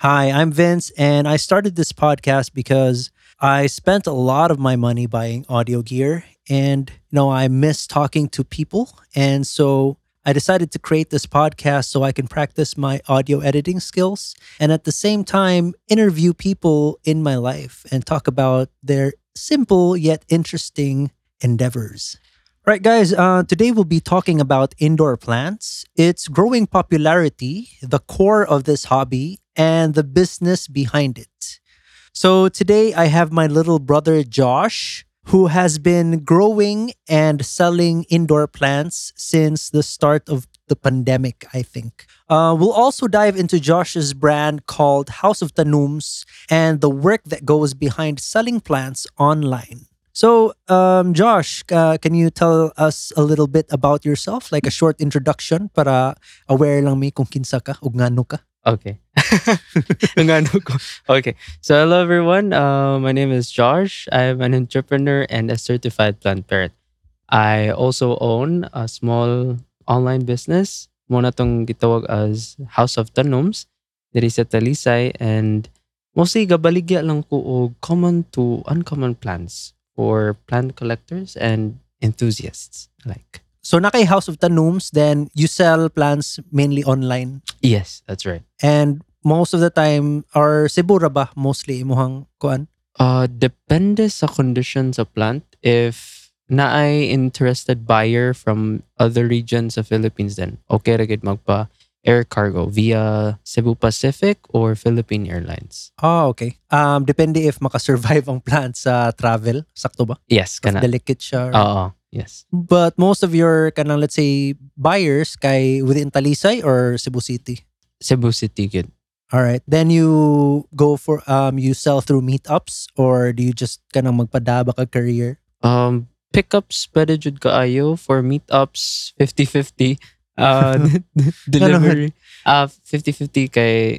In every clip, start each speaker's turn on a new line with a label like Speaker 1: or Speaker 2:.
Speaker 1: Hi, I'm Vince, and I started this podcast because I spent a lot of my money buying audio gear, and you know I miss talking to people, and so I decided to create this podcast so I can practice my audio editing skills and at the same time interview people in my life and talk about their simple yet interesting endeavors. Right, guys, uh, today we'll be talking about indoor plants, its growing popularity, the core of this hobby, and the business behind it. So, today I have my little brother Josh, who has been growing and selling indoor plants since the start of the pandemic, I think. Uh, we'll also dive into Josh's brand called House of Tanums and the work that goes behind selling plants online. So, um, Josh, uh, can you tell us a little bit about yourself? Like a short introduction para aware lang mi kung kinsa ka ug ngano ka.
Speaker 2: Okay. Nung ano ko. okay. So hello everyone. Uh, my name is Josh. I'm an entrepreneur and a certified plant parent. I also own a small online business. Muna tong gitawag as House of Tanums. Diri sa Talisay and mostly gabaligya lang ko og common to uncommon plants for plant collectors and enthusiasts alike.
Speaker 1: So, na kay House of Tanums, then you sell plants mainly online.
Speaker 2: Yes, that's right.
Speaker 1: And most of the time, or Sibura ba mostly imuhang kuan?
Speaker 2: Uh, depende sa condition sa plant. If naay interested buyer from other regions of Philippines then okay ra gid magpa air cargo via Cebu Pacific or Philippine Airlines.
Speaker 1: Ah, okay. Um, depende if makasurvive ang plant sa travel. Sakto ba?
Speaker 2: Yes,
Speaker 1: If
Speaker 2: kana.
Speaker 1: delicate siya. or-
Speaker 2: Oo, yes.
Speaker 1: But most of your, kanang let's say, buyers kay within Talisay or Cebu City.
Speaker 2: Cebu City gid.
Speaker 1: All right. Then you go for um you sell through meetups or do you just kanang magpadaba ka career?
Speaker 2: Um pickups pwede jud kaayo for meetups 50-50 uh, delivery uh 50-50 kay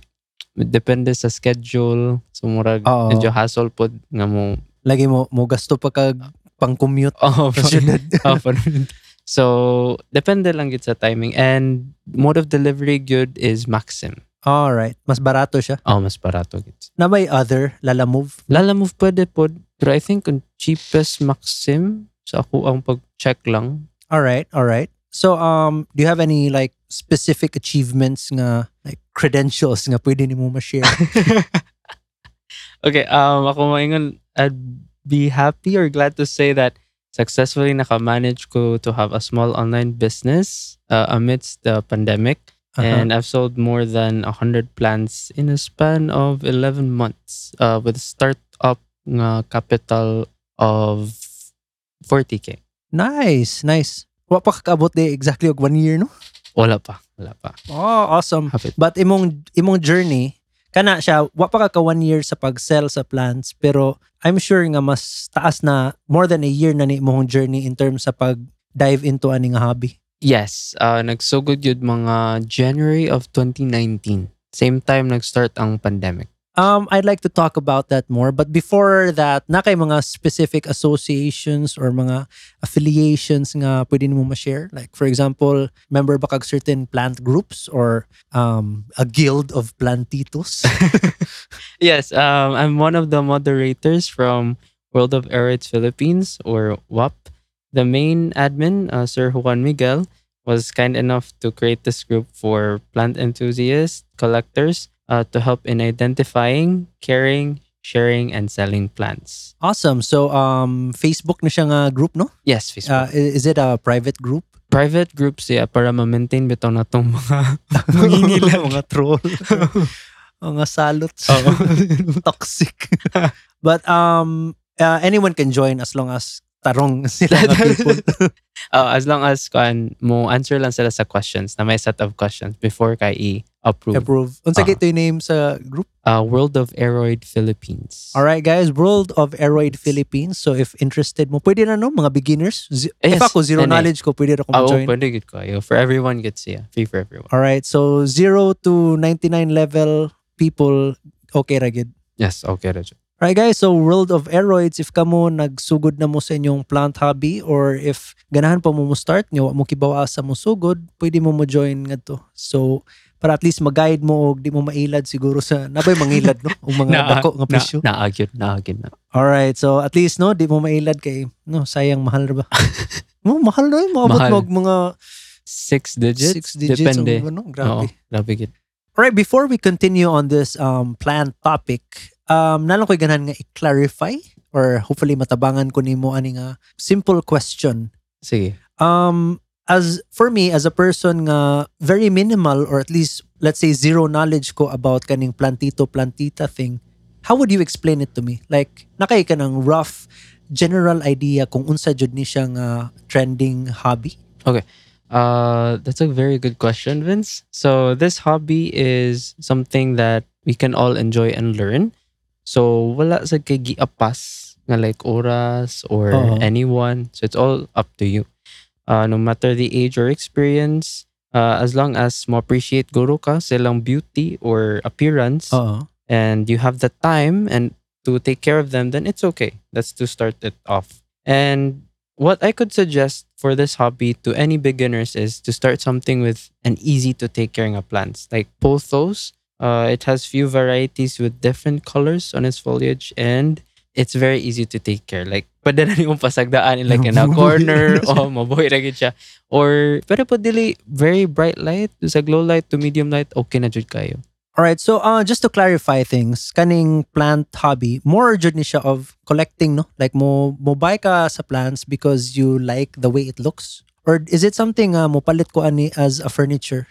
Speaker 2: depende sa schedule sumurag
Speaker 1: Oo.
Speaker 2: medyo hassle pod nga mo
Speaker 1: Lagi mo mo gasto pa kag pang-commute.
Speaker 2: Oh,
Speaker 1: Kasunod.
Speaker 2: oh, panunod. So, depende lang gid sa timing. And mode of delivery good is Maxim.
Speaker 1: All right. Mas barato siya.
Speaker 2: Oh, mas barato gid.
Speaker 1: Na may other lala move.
Speaker 2: Lala move pwede po. Pero I think ang cheapest Maxim sa ako ang pag-check lang.
Speaker 1: All right. All right. So um do you have any like specific achievements nga like credentials nga pwede nimo ma-share?
Speaker 2: Okay, um, ako maingon, I'd be happy or glad to say that successfully nakamanage ko to have a small online business uh, amidst the pandemic.
Speaker 1: Uh-huh.
Speaker 2: And I've sold more than 100 plants in a span of 11 months uh, with startup nga capital of 40k.
Speaker 1: nice, nice. Wa pa kakabot de exactly og one year no?
Speaker 2: Wala pa, wala pa.
Speaker 1: Oh, awesome.
Speaker 2: Hapit.
Speaker 1: But imong imong journey kana siya wa pa ka ka one year sa pag-sell sa plants pero I'm sure nga mas taas na more than a year na ni imong journey in terms sa pag dive into aning nga hobby.
Speaker 2: Yes, uh, nagsugod yun mga January of 2019. Same time nag-start ang pandemic.
Speaker 1: Um, I'd like to talk about that more. But before that, na kay mga specific associations or mga affiliations nga pwede mo ma-share? Like, for example, member ba kag certain plant groups or um, a guild of plantitos?
Speaker 2: Yes, um, I'm one of the moderators from World of Aeroids Philippines or WAP. The main admin, uh, Sir Juan Miguel, was kind enough to create this group for plant enthusiasts, collectors, uh, to help in identifying, caring, sharing, and selling plants.
Speaker 1: awesome. So, um, Facebook na siya nga group, no? Uh,
Speaker 2: Yes, Facebook.
Speaker 1: i- is it a private group?
Speaker 2: Private groups, yeah, para ma-maintain bitaw na tong mga
Speaker 1: Mangingilan. mga troll. mga salot.
Speaker 2: Oo.
Speaker 1: Toxic. But um, uh, anyone can join as long as tarong sila nga people.
Speaker 2: Uh, as long as kan mo answer lang sila sa questions na may set of questions before kay i-approve.
Speaker 1: approve. Unsa
Speaker 2: Uh-huh.
Speaker 1: kay ito yung name sa group?
Speaker 2: uh, World of Aeroid Philippines.
Speaker 1: All right, guys, World of Aeroid Philippines. So if interested mo, pwede na no mga beginners. Z-
Speaker 2: Yes,
Speaker 1: if ako zero
Speaker 2: pwede.
Speaker 1: knowledge ko, pwede na ako
Speaker 2: Oh,
Speaker 1: join.
Speaker 2: pwede good kayo. For everyone gets yeah. Free for everyone.
Speaker 1: All right, so 0 to 99 level people okay ra gid.
Speaker 2: Yes, okay ra dyan.
Speaker 1: Right guys, so World of Aeroids, if kamo nagsugod na mo sa inyong plant hobby or if ganahan pa mo mo start nyo, wa mo kibawa sa mo sugod, pwede mo mo join ngadto. So para at least mag-guide mo o di mo mailad siguro sa nabay mangilad no o mga
Speaker 2: Naa-
Speaker 1: dako nga presyo.
Speaker 2: Na, naagyod, naagyod na.
Speaker 1: Alright, so at least no, di mo mailad kay no, sayang mahal ra ba? no, mahal na yun. Maabot
Speaker 2: Mahal.
Speaker 1: mo og mga
Speaker 2: Six digits?
Speaker 1: six digits.
Speaker 2: Depende.
Speaker 1: Ang, ano,
Speaker 2: Oo,
Speaker 1: grabe.
Speaker 2: grabe gid.
Speaker 1: Alright, before we continue on this um, planned topic, um, nalang ko'y ganahan nga i-clarify or hopefully matabangan ko nimo ani nga simple question.
Speaker 2: Sige.
Speaker 1: Um, as for me, as a person nga very minimal or at least let's say zero knowledge ko about kaning plantito plantita thing, how would you explain it to me? Like, nakay ka ng rough general idea kung unsa jud ni siya nga trending hobby?
Speaker 2: Uh, that's a very good question, Vince. So this hobby is something that we can all enjoy and learn. So wala sa kay giapas nga like oras or
Speaker 1: Oo.
Speaker 2: anyone. So it's all up to you. Uh, no matter the age or experience, uh, as long as mo appreciate guru ka sa ilang beauty or appearance
Speaker 1: Oo.
Speaker 2: and you have the time and to take care of them, then it's okay. That's to start it off. And what I could suggest for this hobby to any beginners is to start something with an easy to take care of plants, like pothos. Uh, it has few varieties with different colors on its foliage, and it's very easy to take care. Like, pwede na niyong pasagdaan in like in a
Speaker 1: Mabuhay
Speaker 2: corner
Speaker 1: na siya.
Speaker 2: o mabuhay na gid siya. Or, pero po dili, very bright light, sa glow light to medium light, okay na jud kayo.
Speaker 1: All right, so uh, just to clarify things, kaning plant hobby, more jud ni siya of collecting, no? Like mo mo buy ka sa plants because you like the way it looks, or is it something uh, mo palit ko ani as a furniture?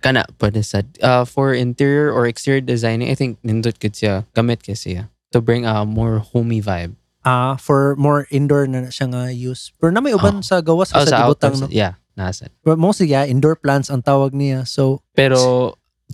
Speaker 2: kana pwede sa uh, for interior or exterior designing I think nindot gud siya gamit kasi siya to bring a more homey vibe
Speaker 1: Ah, for more indoor na na siya nga use. Pero na may uban
Speaker 2: Oh.
Speaker 1: sa gawas o
Speaker 2: Oh,
Speaker 1: sa
Speaker 2: outer
Speaker 1: gibutang, no?
Speaker 2: side. yeah nasa
Speaker 1: But mostly, yeah, indoor plants ang tawag niya. So,
Speaker 2: pero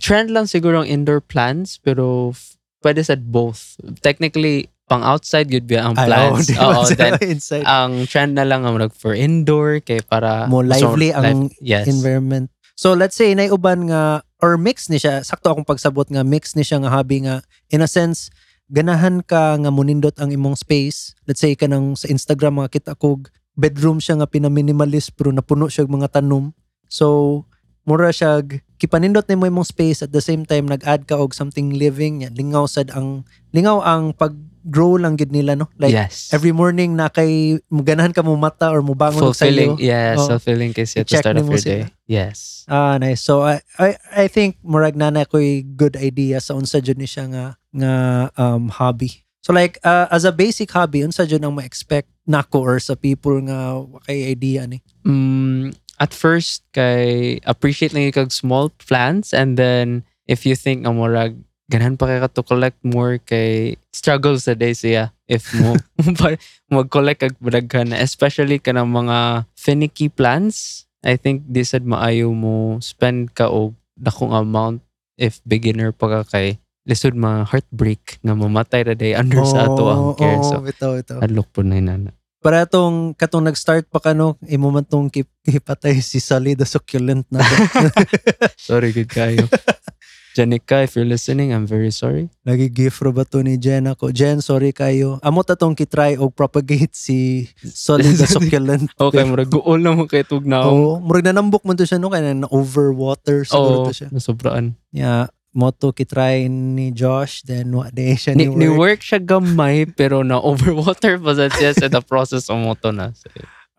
Speaker 2: trend lang siguro ang indoor plants pero f- pwede sa both technically pang outside gud ba ang
Speaker 1: ayaw,
Speaker 2: plants
Speaker 1: di ba
Speaker 2: Oo,
Speaker 1: sa
Speaker 2: then
Speaker 1: inside.
Speaker 2: ang trend na lang ang mag for indoor kay para
Speaker 1: More
Speaker 2: mas
Speaker 1: lively ang
Speaker 2: yes
Speaker 1: environment. So let's say naiuban nga or mix ni siya, sakto akong pagsabot nga mix ni siya nga hobby nga in a sense ganahan ka nga munindot ang imong space. Let's say ka nang sa Instagram mga kita kog bedroom siya nga pinaminimalist pero napuno siya og mga tanom. So mura siya kipanindot nimo imong space at the same time nag-add ka og something living nya lingaw sad ang lingaw ang pag grow lang gid nila no like
Speaker 2: yes
Speaker 1: every morning na kay ganahan ka mo mata or mubangon og sayo.
Speaker 2: fulfilling yes
Speaker 1: Oo.
Speaker 2: fulfilling kasi to
Speaker 1: I-check
Speaker 2: start off
Speaker 1: nimo
Speaker 2: your
Speaker 1: sila.
Speaker 2: day yes
Speaker 1: Ah, nice. So I I, I think murag na na ko'y good idea sa unsa jud ni siya nga nga um, hobby. So like uh, as a basic hobby unsa jud ang ma-expect nako or sa people nga kay idea ni.
Speaker 2: mm, at first kay appreciate lang yung kag small plants and then if you think nga murag ganahan pa kay ka to collect more kay struggle sa day siya if mo mag collect kag daghan especially kanang mga finicky plants I think di sad maayo mo spend ka og dakong amount if beginner pa ka kay lisod mga heartbreak nga mamatay ra day under sa ato
Speaker 1: Oh,
Speaker 2: ang care so ano?
Speaker 1: bitaw bitaw.
Speaker 2: adlock po na inana
Speaker 1: Para tong katong nag-start pa kano imo man tong kip, kipatay si Salida succulent na.
Speaker 2: Sorry, good kayo. Janica, if you're listening, I'm very sorry.
Speaker 1: Nagi-gift ro ba to ni Jen ako? Jen, sorry kayo. Amo ta tong kitry og propagate si Solida succulent.
Speaker 2: Okay, murag gool na mo kay Tugnaw.
Speaker 1: Oo, murag nanambok man to siya no kaya na overwater Oh, siguro
Speaker 2: Oo,
Speaker 1: to siya.
Speaker 2: nasobraan.
Speaker 1: Yeah, moto kitry ni Josh then wa day siya
Speaker 2: Ni,
Speaker 1: ni,
Speaker 2: ni
Speaker 1: work.
Speaker 2: work siya gamay, pero na-overwater pa sa siya sa the process of moto na. So,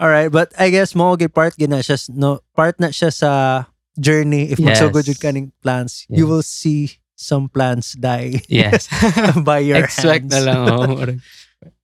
Speaker 1: All right, but I guess mo gyud part gyud na siya s- no part na siya sa journey if
Speaker 2: Yes.
Speaker 1: magsugod jud kaning plants,
Speaker 2: Yeah.
Speaker 1: you will see some plants die
Speaker 2: yes.
Speaker 1: by your
Speaker 2: Expect
Speaker 1: hands.
Speaker 2: na lang. Oh, murag.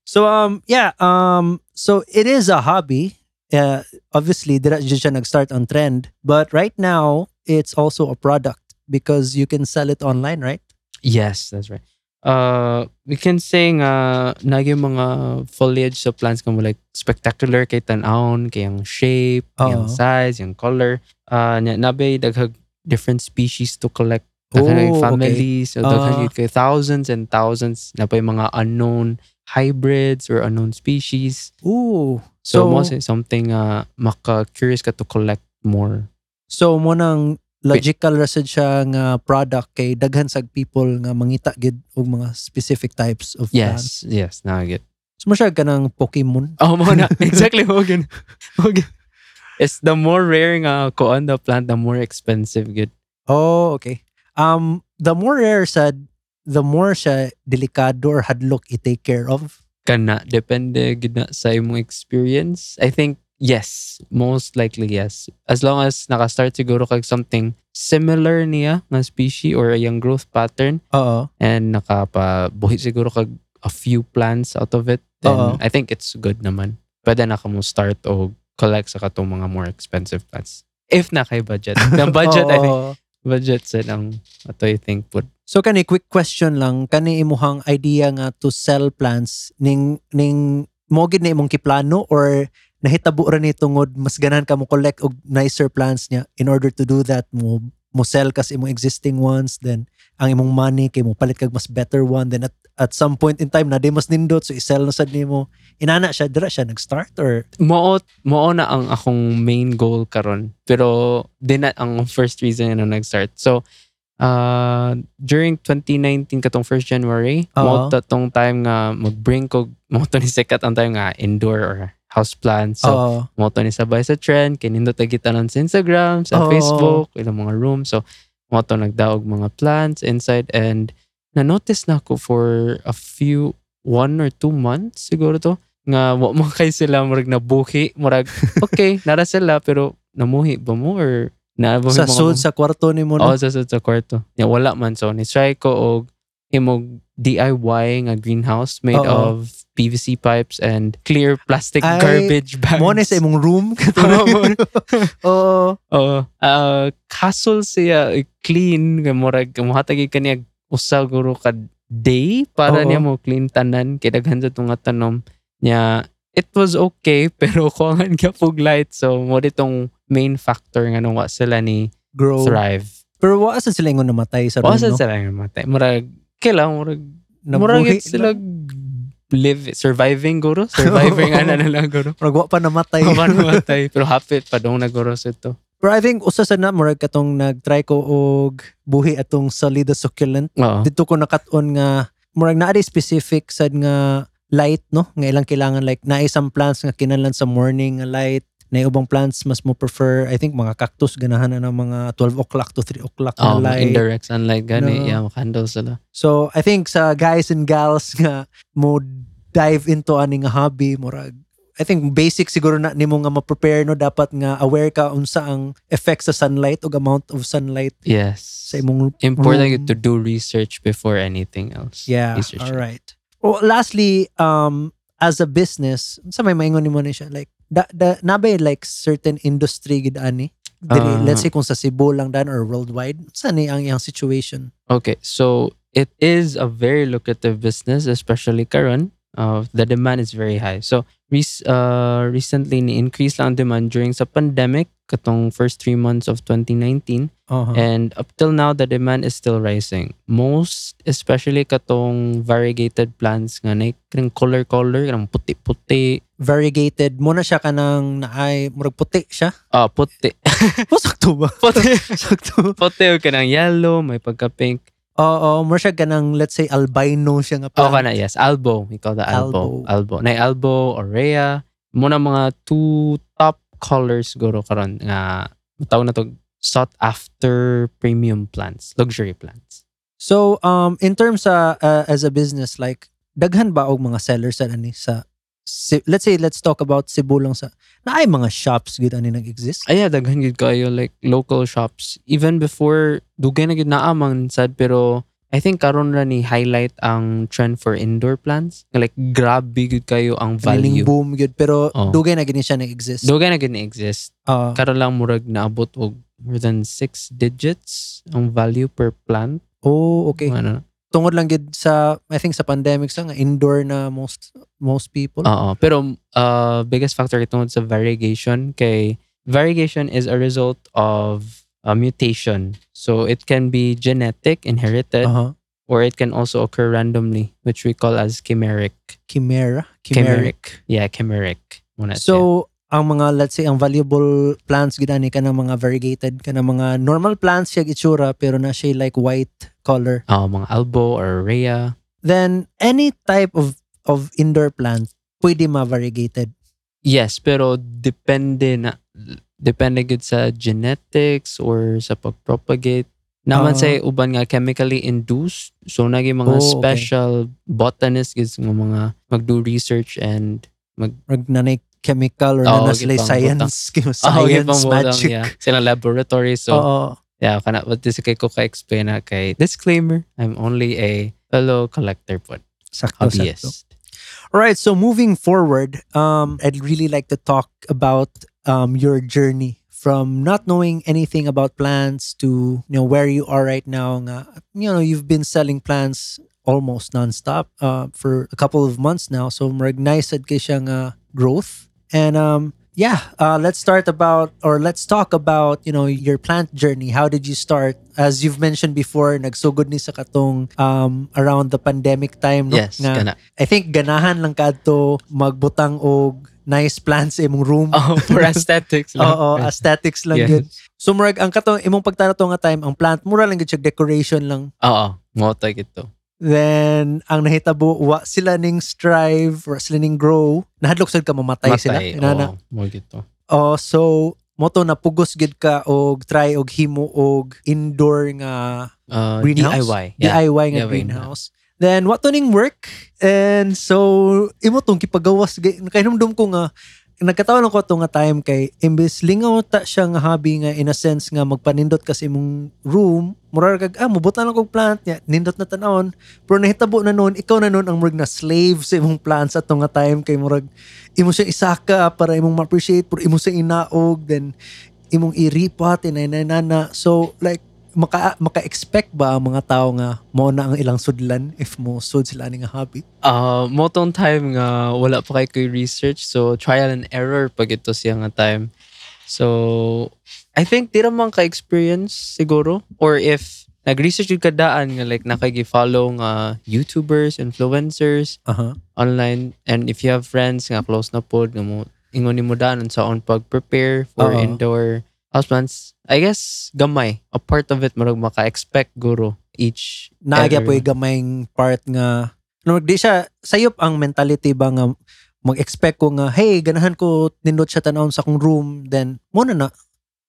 Speaker 1: So um yeah, um so it is a hobby. Uh, obviously, dira jud siya nag-start on trend, but right now it's also a product because you can sell it online, right?
Speaker 2: yes, that's right. Uh, we can say nga nagi mga foliage sa plants kamo like spectacular kay tan-aon, kay ang shape, kay ang
Speaker 1: Oo.
Speaker 2: size, yung color. Uh, nya- nabay daghag different species to collect Daghan oh, families, o daghan
Speaker 1: Ah.
Speaker 2: yun kay thousands and thousands na pa yung mga unknown hybrids or unknown species.
Speaker 1: Ooh.
Speaker 2: So, mo say something uh, maka-curious ka to collect more.
Speaker 1: So mo nang logical ra sad siya nga product kay daghan sag people nga mangita gid og mga specific types of plants.
Speaker 2: Yes, yes, na get.
Speaker 1: So mo siya kanang Pokemon.
Speaker 2: Oh, mo na. exactly, Hogan. Hogan. It's the more rare nga kuan the plant, the more expensive good.
Speaker 1: Oh, okay. Um, the more rare said, the more siya delikado or hadlok i-take care of.
Speaker 2: Kana, depende gid na sa imong experience. I think, yes. Most likely, yes. As long as nakastart siguro kag something similar niya nga species or yung growth pattern
Speaker 1: Oo.
Speaker 2: and nakapabuhi siguro kag a few plants out of it, then
Speaker 1: Oo.
Speaker 2: I think it's good naman. Pwede na ka mo start o collect sa katong mga more expensive plants. If na kay budget. Ng budget, I think.
Speaker 1: Oo.
Speaker 2: Budget sa ang ato I think put.
Speaker 1: So kani quick question lang kani imuhang idea nga to sell plants ning ning mo gid na imong kiplano or nahitabo ra ni tungod mas ganahan ka mo collect og nicer plants niya in order to do that mo mo sell kas imong existing ones then ang imong money kay mo palit kag mas better one then at at some point in time na di mas nindot so i-sell na sad nimo inana siya dira siya nag-start or
Speaker 2: Mao mao na ang akong main goal karon. Pero di na ang first reason na nag-start. So uh, during 2019 katong first January,
Speaker 1: Oo.
Speaker 2: mao ta tong time nga mag-bring ko mao to ni sikat ang time nga indoor or house plants. So
Speaker 1: Oo.
Speaker 2: mo to ni sabay sa trend kinindo ta gitanan sa Instagram sa
Speaker 1: Oo.
Speaker 2: Facebook ilang mga room so mo to nagdaog mga plants inside and na notice na ko for a few one or two months siguro to nga wa man kay sila murag nabuhi murag okay nara sila pero namuhi ba mo or nabuhi
Speaker 1: sa
Speaker 2: mo ka
Speaker 1: sud
Speaker 2: mo? Oh,
Speaker 1: sa kwarto nimo no
Speaker 2: Oo, sa sud sa kwarto. Ya, wala man. So, ni-try ko og imog DIY nga greenhouse made
Speaker 1: Oo.
Speaker 2: of PVC pipes and clear plastic
Speaker 1: Ay,
Speaker 2: garbage bags.
Speaker 1: mo na sa imong room
Speaker 2: Oo, mo-
Speaker 1: oo
Speaker 2: Oo. Ah, castle siya eh, clean nga murag mohatag kaniya usa guro ka day para
Speaker 1: Oo.
Speaker 2: niya mo clean tanan kay daghan sa tunga tanom niya it was okay pero kuangan ka pug light so mo ditong main factor nga nung wa sila ni
Speaker 1: grow
Speaker 2: thrive
Speaker 1: Pero wa sa sila ingon namatay sa room,
Speaker 2: Wa
Speaker 1: Oh.
Speaker 2: sa
Speaker 1: no?
Speaker 2: sila nga matay. Murag, kailang, murag, murag
Speaker 1: Nabuhi
Speaker 2: it's sila live, surviving guro. Surviving
Speaker 1: Oo.
Speaker 2: ana na lang guro.
Speaker 1: Murag wa pa namatay.
Speaker 2: Kaman matay. Pero hapit pa dong naguro sa ito.
Speaker 1: Pero I think usa sa na murag katong nag-try ko og buhi atong solida succulent.
Speaker 2: Oo.
Speaker 1: Dito ko nakat-on nga murag naa di specific sad nga light no nga ilang kailangan like naa isang plants nga kinahanglan sa morning nga light na ubang plants mas mo prefer I think mga cactus ganahan na ng mga 12 o'clock to 3 o'clock
Speaker 2: Oh,
Speaker 1: na light
Speaker 2: indirect sunlight gani.
Speaker 1: No.
Speaker 2: Yeah, makandol sila.
Speaker 1: So I think sa guys and gals nga mo dive into aning hobby murag I think basic siguro na nimo nga ma-prepare no dapat nga aware ka unsa ang effects sa sunlight o amount of sunlight
Speaker 2: Yes.
Speaker 1: sa imong
Speaker 2: Important
Speaker 1: room.
Speaker 2: to do research before anything else.
Speaker 1: Mm. yeah
Speaker 2: Research.
Speaker 1: all right. Oh, lastly um as a business sa may maingon nimo ni siya like da, da nabay like certain industry gid ani Dili-
Speaker 2: Ah.
Speaker 1: let's say kung sa Cebu lang dan or worldwide sa ni ang iyang situation
Speaker 2: Okay, so it is a very lucrative business, especially karon. Uh, the demand is very high. So res- uh, recently, ni increase lang ang demand during sa pandemic, katong first three months of 2019.
Speaker 1: uh
Speaker 2: And up till now, the demand is still rising. Most, especially katong variegated plants nga na kanang color-color, kanang puti-puti.
Speaker 1: variegated mo na siya kanang naay murag puti siya
Speaker 2: Ah, puti.
Speaker 1: Oh, sakto ba?
Speaker 2: Puti.
Speaker 1: sakto.
Speaker 2: puti o kanang yellow, may pagka-pink.
Speaker 1: Oo, more siya ganang, let's say, albino siya nga
Speaker 2: Oh,
Speaker 1: plant.
Speaker 2: kana, yes. Albo. We call the albo.
Speaker 1: Albo.
Speaker 2: Albo. Na albo, orea. Muna mga two top colors guro karon nga tawag na to sought after premium plants, luxury plants.
Speaker 1: So, um, in terms sa, uh, as a business, like, daghan ba og mga sellers sa ani sa, si- let's say, let's talk about Cebu lang sa, naay mga shops gud ani nag-exist?
Speaker 2: Ay, yeah, daghan gid kayo like local shops. Even before dugay na gid naa man sad pero I think karon ra ni highlight ang trend for indoor plants. Nga, Like grabe gid kayo ang
Speaker 1: Kaning
Speaker 2: value.
Speaker 1: boom gud pero
Speaker 2: Oo.
Speaker 1: dugay na gini siya nag-exist.
Speaker 2: Dugay na gid exist
Speaker 1: Ah,
Speaker 2: karon lang murag naabot og more than six digits ang value per plant.
Speaker 1: oh, okay.
Speaker 2: Ano?
Speaker 1: Tungod lang gid sa, I think sa pandemic sa nga, indoor na most most people.
Speaker 2: Oo. Pero uh, biggest factor itong sa variegation kay variegation is a result of a mutation. So it can be genetic, inherited,
Speaker 1: Uh-huh.
Speaker 2: or it can also occur randomly, which we call as chimeric.
Speaker 1: Chimera. Chimeric.
Speaker 2: Chimeric. Yeah, chimeric. Muna siya.
Speaker 1: So, ang mga let's say ang valuable plants gidani ka ng mga variegated ka ng mga normal plants siya itsura pero na siya like white color.
Speaker 2: Oo, Ah, mga albo or rhea.
Speaker 1: Then any type of of indoor plant pwede ma variegated.
Speaker 2: Yes, pero depende na depende gud sa genetics or sa pagpropagate Naman
Speaker 1: Ah.
Speaker 2: say uban nga chemically induced. So nagi
Speaker 1: Oh,
Speaker 2: mga
Speaker 1: okay.
Speaker 2: special botanists is nga mga magdo research and
Speaker 1: Rag nanay chemical or
Speaker 2: Oo,
Speaker 1: na
Speaker 2: gipang
Speaker 1: nanay science,
Speaker 2: Oh, okay,
Speaker 1: science
Speaker 2: pamudang,
Speaker 1: Ah, magic. Oh.
Speaker 2: yeah. Sila laboratory so
Speaker 1: Oo.
Speaker 2: Yeah, kana but this kay ko ka explain na kay disclaimer, I'm only a fellow collector but
Speaker 1: Sakto, sakto.
Speaker 2: hobbyist.
Speaker 1: All right. So moving forward, um, I'd really like to talk about um, your journey from not knowing anything about plants to you know where you are right now. Nga, you know, you've been selling plants almost nonstop uh, for a couple of months now. So marag nice at kay siyang, uh, growth. And um, yeah, uh, let's start about or let's talk about you know your plant journey. How did you start? As you've mentioned before, nagsugod ni sa katong um, around the pandemic time. no?
Speaker 2: Yes,
Speaker 1: Nga-
Speaker 2: kana.
Speaker 1: I think ganahan lang kadto magbutang og nice plants imong room.
Speaker 2: Oh, for aesthetics. lang.
Speaker 1: Oo, aesthetics lang
Speaker 2: Yes.
Speaker 1: yun. So murag ang katong imong pagtanato nga time ang plant mura lang gyud siya decoration lang.
Speaker 2: Oo, mota gito.
Speaker 1: Then ang nahitabo wa sila ning strive or sila ning grow. Nahadlok sad ka mamatay sila.
Speaker 2: Matay,
Speaker 1: Inana.
Speaker 2: oo, mo gito.
Speaker 1: Oh, so moto na pugos gid ka og try og himo og indoor nga
Speaker 2: Uh,
Speaker 1: Greenhouse?
Speaker 2: DIY.
Speaker 1: DIY
Speaker 2: Yeah.
Speaker 1: nga
Speaker 2: DIY na.
Speaker 1: greenhouse. Then what to ning work? And so imo tong kipagawas gay- nakahinumdum ko nga nagkataon lang ko to nga time kay imbes lingaw ta siya nga hobby nga in a sense nga magpanindot kasi imong room mura ra kag ah mubot na lang kog plant niya nindot na tanawon pero nahitabo na noon ikaw na noon ang murag na slave sa imong plants at nga time kay murag imo siya isaka para imong ma-appreciate pero imo siya inaog then imong i-repot and nana so like maka maka-expect ba ang mga tao nga mao na ang ilang sudlan if mo sud sila ni nga hobby?
Speaker 2: Uh, motong time nga wala pa kay koy research so trial and error pag ito siya nga time. So I think di ra man ka experience siguro or if nag-research jud ka daan nga like nakagi-follow nga YouTubers, influencers
Speaker 1: Aha.
Speaker 2: online and if you have friends nga close na pod nga mo ingon nimo daan sa on pag-prepare for
Speaker 1: Oo.
Speaker 2: indoor houseplants. I guess gamay a part of it marag maka-expect guro each
Speaker 1: Naagya
Speaker 2: error.
Speaker 1: po yung gamayng part nga no di siya sayop ang mentality ba nga mag-expect ko nga hey ganahan ko nindot siya tanawon sa akong room then muna na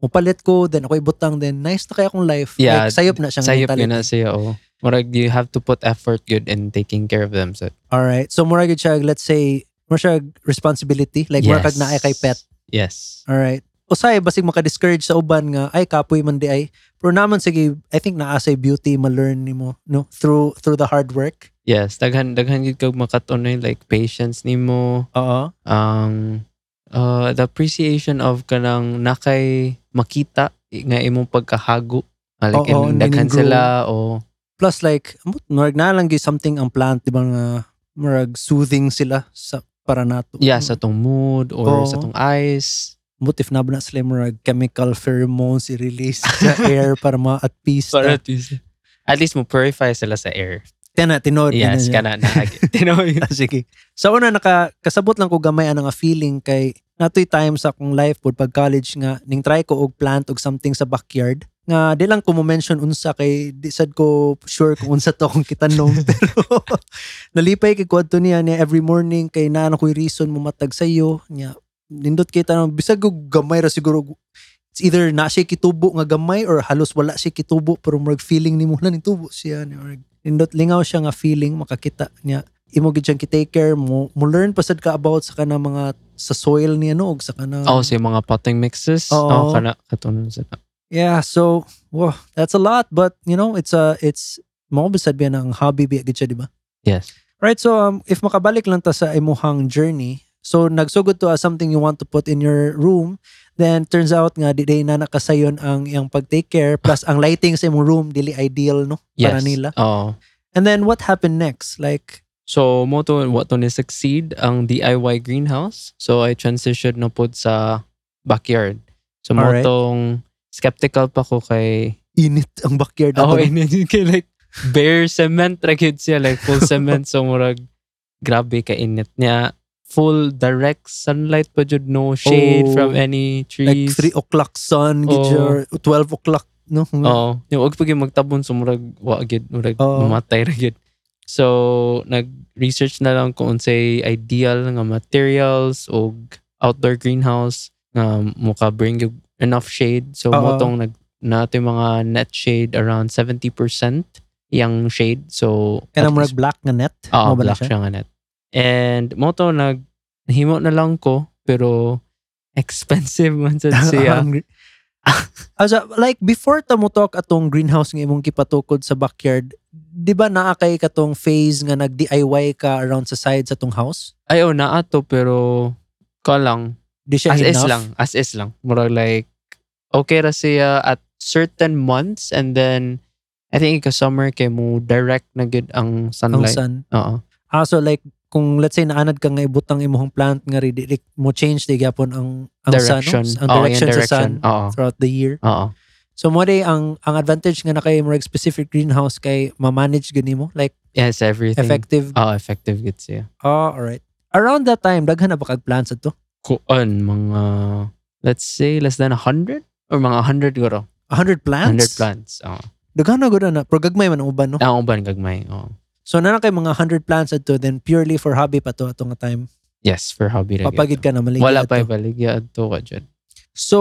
Speaker 1: mupalit ko then ako ibutang then nice na kaya akong life
Speaker 2: Yeah,
Speaker 1: like sayop na siyang
Speaker 2: sayop
Speaker 1: mentality.
Speaker 2: yun na sa'yo. oo. Murag, you have to put effort good in taking care of them. So,
Speaker 1: All right. So mura gyud siya let's say mura siya responsibility like mura kag naay kay pet.
Speaker 2: Yes.
Speaker 1: All right. Usay basig maka-discourage sa uban nga ay kapoy man di ay. Pero naman sige, I think naa say beauty ma-learn nimo no through through the hard work.
Speaker 2: Yes. Daghan, daghan yun kag makatunay like patience nimo,
Speaker 1: Oo.
Speaker 2: ang uh, the appreciation of kanang nakay makita i- nga imong pagkahago. Ah, Like,
Speaker 1: Oo,
Speaker 2: in- daghan
Speaker 1: niningrow.
Speaker 2: sila o
Speaker 1: Plus like amot murag na lang gyud something ang plant di ba nga murag soothing sila sa para nato.
Speaker 2: yeah, sa tong mood or sa
Speaker 1: Mm. Oo.
Speaker 2: tong eyes.
Speaker 1: But if nabna sila yung murag chemical pheromones i-release sa air para ma at peace. Para,
Speaker 2: Para at least, at least mo purify sila sa air.
Speaker 1: Tena, tinod.
Speaker 2: Yes,
Speaker 1: ganun yan.
Speaker 2: kana na. Tinoy.
Speaker 1: Ah, Sige. Sa una, naka, kasabot lang ko gamay ang nga feeling kay natoy time sa akong life po pag college nga ning try ko og plant og something sa backyard nga di lang ko mo mention unsa kay di sad ko sure kung unsa to akong kitanong pero nalipay kay kwadto niya niya every morning kay naano ko'y reason mo matag sayo niya nindot kay tanong bisag og gamay ra siguro it's either na siya kitubo nga gamay or halos wala siya kitubo pero murag feeling nimo na nitubo siya ni murag nindot lingaw siya nga feeling makakita niya imo gid siyang kitake care mo mo learn pa sad ka about sa kana mga sa soil niya no og sa kana
Speaker 2: Oh, sa mga potting mixes.
Speaker 1: Oo.
Speaker 2: Oh, kana katunan sila.
Speaker 1: yeah so wow, that's a lot but you know it's a it's mao bisad biya ang hobby biya gid siya di ba
Speaker 2: Yes.
Speaker 1: Right, so um, if makabalik lang ta sa imuhang journey, so nagsugod to as something you want to put in your room, then turns out nga di day na nakasayon ang iyang pag-take care plus ang lighting sa imong room dili ideal no para nila.
Speaker 2: Oo.
Speaker 1: And then what happened next? Like
Speaker 2: So, mo to what to ni succeed ang DIY greenhouse. So, I transitioned na pod sa backyard. So, mo
Speaker 1: Alright.
Speaker 2: tong skeptical pa ko kay
Speaker 1: init ang backyard
Speaker 2: Oh,
Speaker 1: ato.
Speaker 2: and then yun kay like bare cement ra gyud siya like full cement so murag grabe ka init niya. Full direct sunlight pa jud no shade
Speaker 1: Oh.
Speaker 2: from any
Speaker 1: like
Speaker 2: trees.
Speaker 1: 3 o'clock sun,
Speaker 2: Oh.
Speaker 1: gidya, 12 o'clock no.
Speaker 2: Oo. Yung huwag pag yung magtabon, so murag, wa agad, murag,
Speaker 1: Oo.
Speaker 2: mamatay ra agad. So, nag-research na lang kung unsay ideal nga materials o outdoor greenhouse nga muka bring yung enough shade. So,
Speaker 1: Oo.
Speaker 2: mo tong nag nato yung mga net shade around 70% yung shade. So,
Speaker 1: Kaya
Speaker 2: at
Speaker 1: murag
Speaker 2: least-
Speaker 1: black nga net.
Speaker 2: Oo,
Speaker 1: Mao ba na
Speaker 2: Ah, black siya nga net. And mo to, nag, himo na lang ko, pero expensive man sad siya.
Speaker 1: Ang gre- Asa, Um, like before ta mo talk atong greenhouse nga imong gipatukod sa backyard, di ba naa kay katong phase nga nag DIY ka around sa side sa tong house?
Speaker 2: Ayaw na ato, oh, pero ka lang.
Speaker 1: Di siya
Speaker 2: As
Speaker 1: enough.
Speaker 2: is lang. As is lang. Mura like, okay ra siya at certain months and then, I think ika summer kay mo direct na gid ang
Speaker 1: Ang
Speaker 2: sunlight.
Speaker 1: sun.
Speaker 2: Oo.
Speaker 1: Ah, so like kung let's say naanad ka nga ibutang imong plant nga ri di- mo change di gyapon ang ang
Speaker 2: Direction.
Speaker 1: sun, no? ang
Speaker 2: Oo, yung
Speaker 1: direction, sa sun
Speaker 2: Oo.
Speaker 1: throughout the year.
Speaker 2: Oo.
Speaker 1: So mo day ang ang advantage nga na kay murag specific greenhouse kay ma-manage gani mo like
Speaker 2: Yes, everything.
Speaker 1: effective.
Speaker 2: Oo, effective gid siya.
Speaker 1: Ah, alright. Around that time daghan na ba kag plants ato?
Speaker 2: kuan mga let's say less than 100 or mga 100 guro
Speaker 1: 100
Speaker 2: 100
Speaker 1: plants?
Speaker 2: plants oo
Speaker 1: Daghan na gud na pero gagmay man ang uban no.
Speaker 2: ang uban gagmay oo
Speaker 1: So na na kay mga 100 plants ato then purely for hobby pa to ato nga time.
Speaker 2: yes for hobby ra
Speaker 1: Papagid
Speaker 2: gyud to.
Speaker 1: ka na maligya.
Speaker 2: wala pa
Speaker 1: ato.
Speaker 2: ibaligya adto ka dyan
Speaker 1: So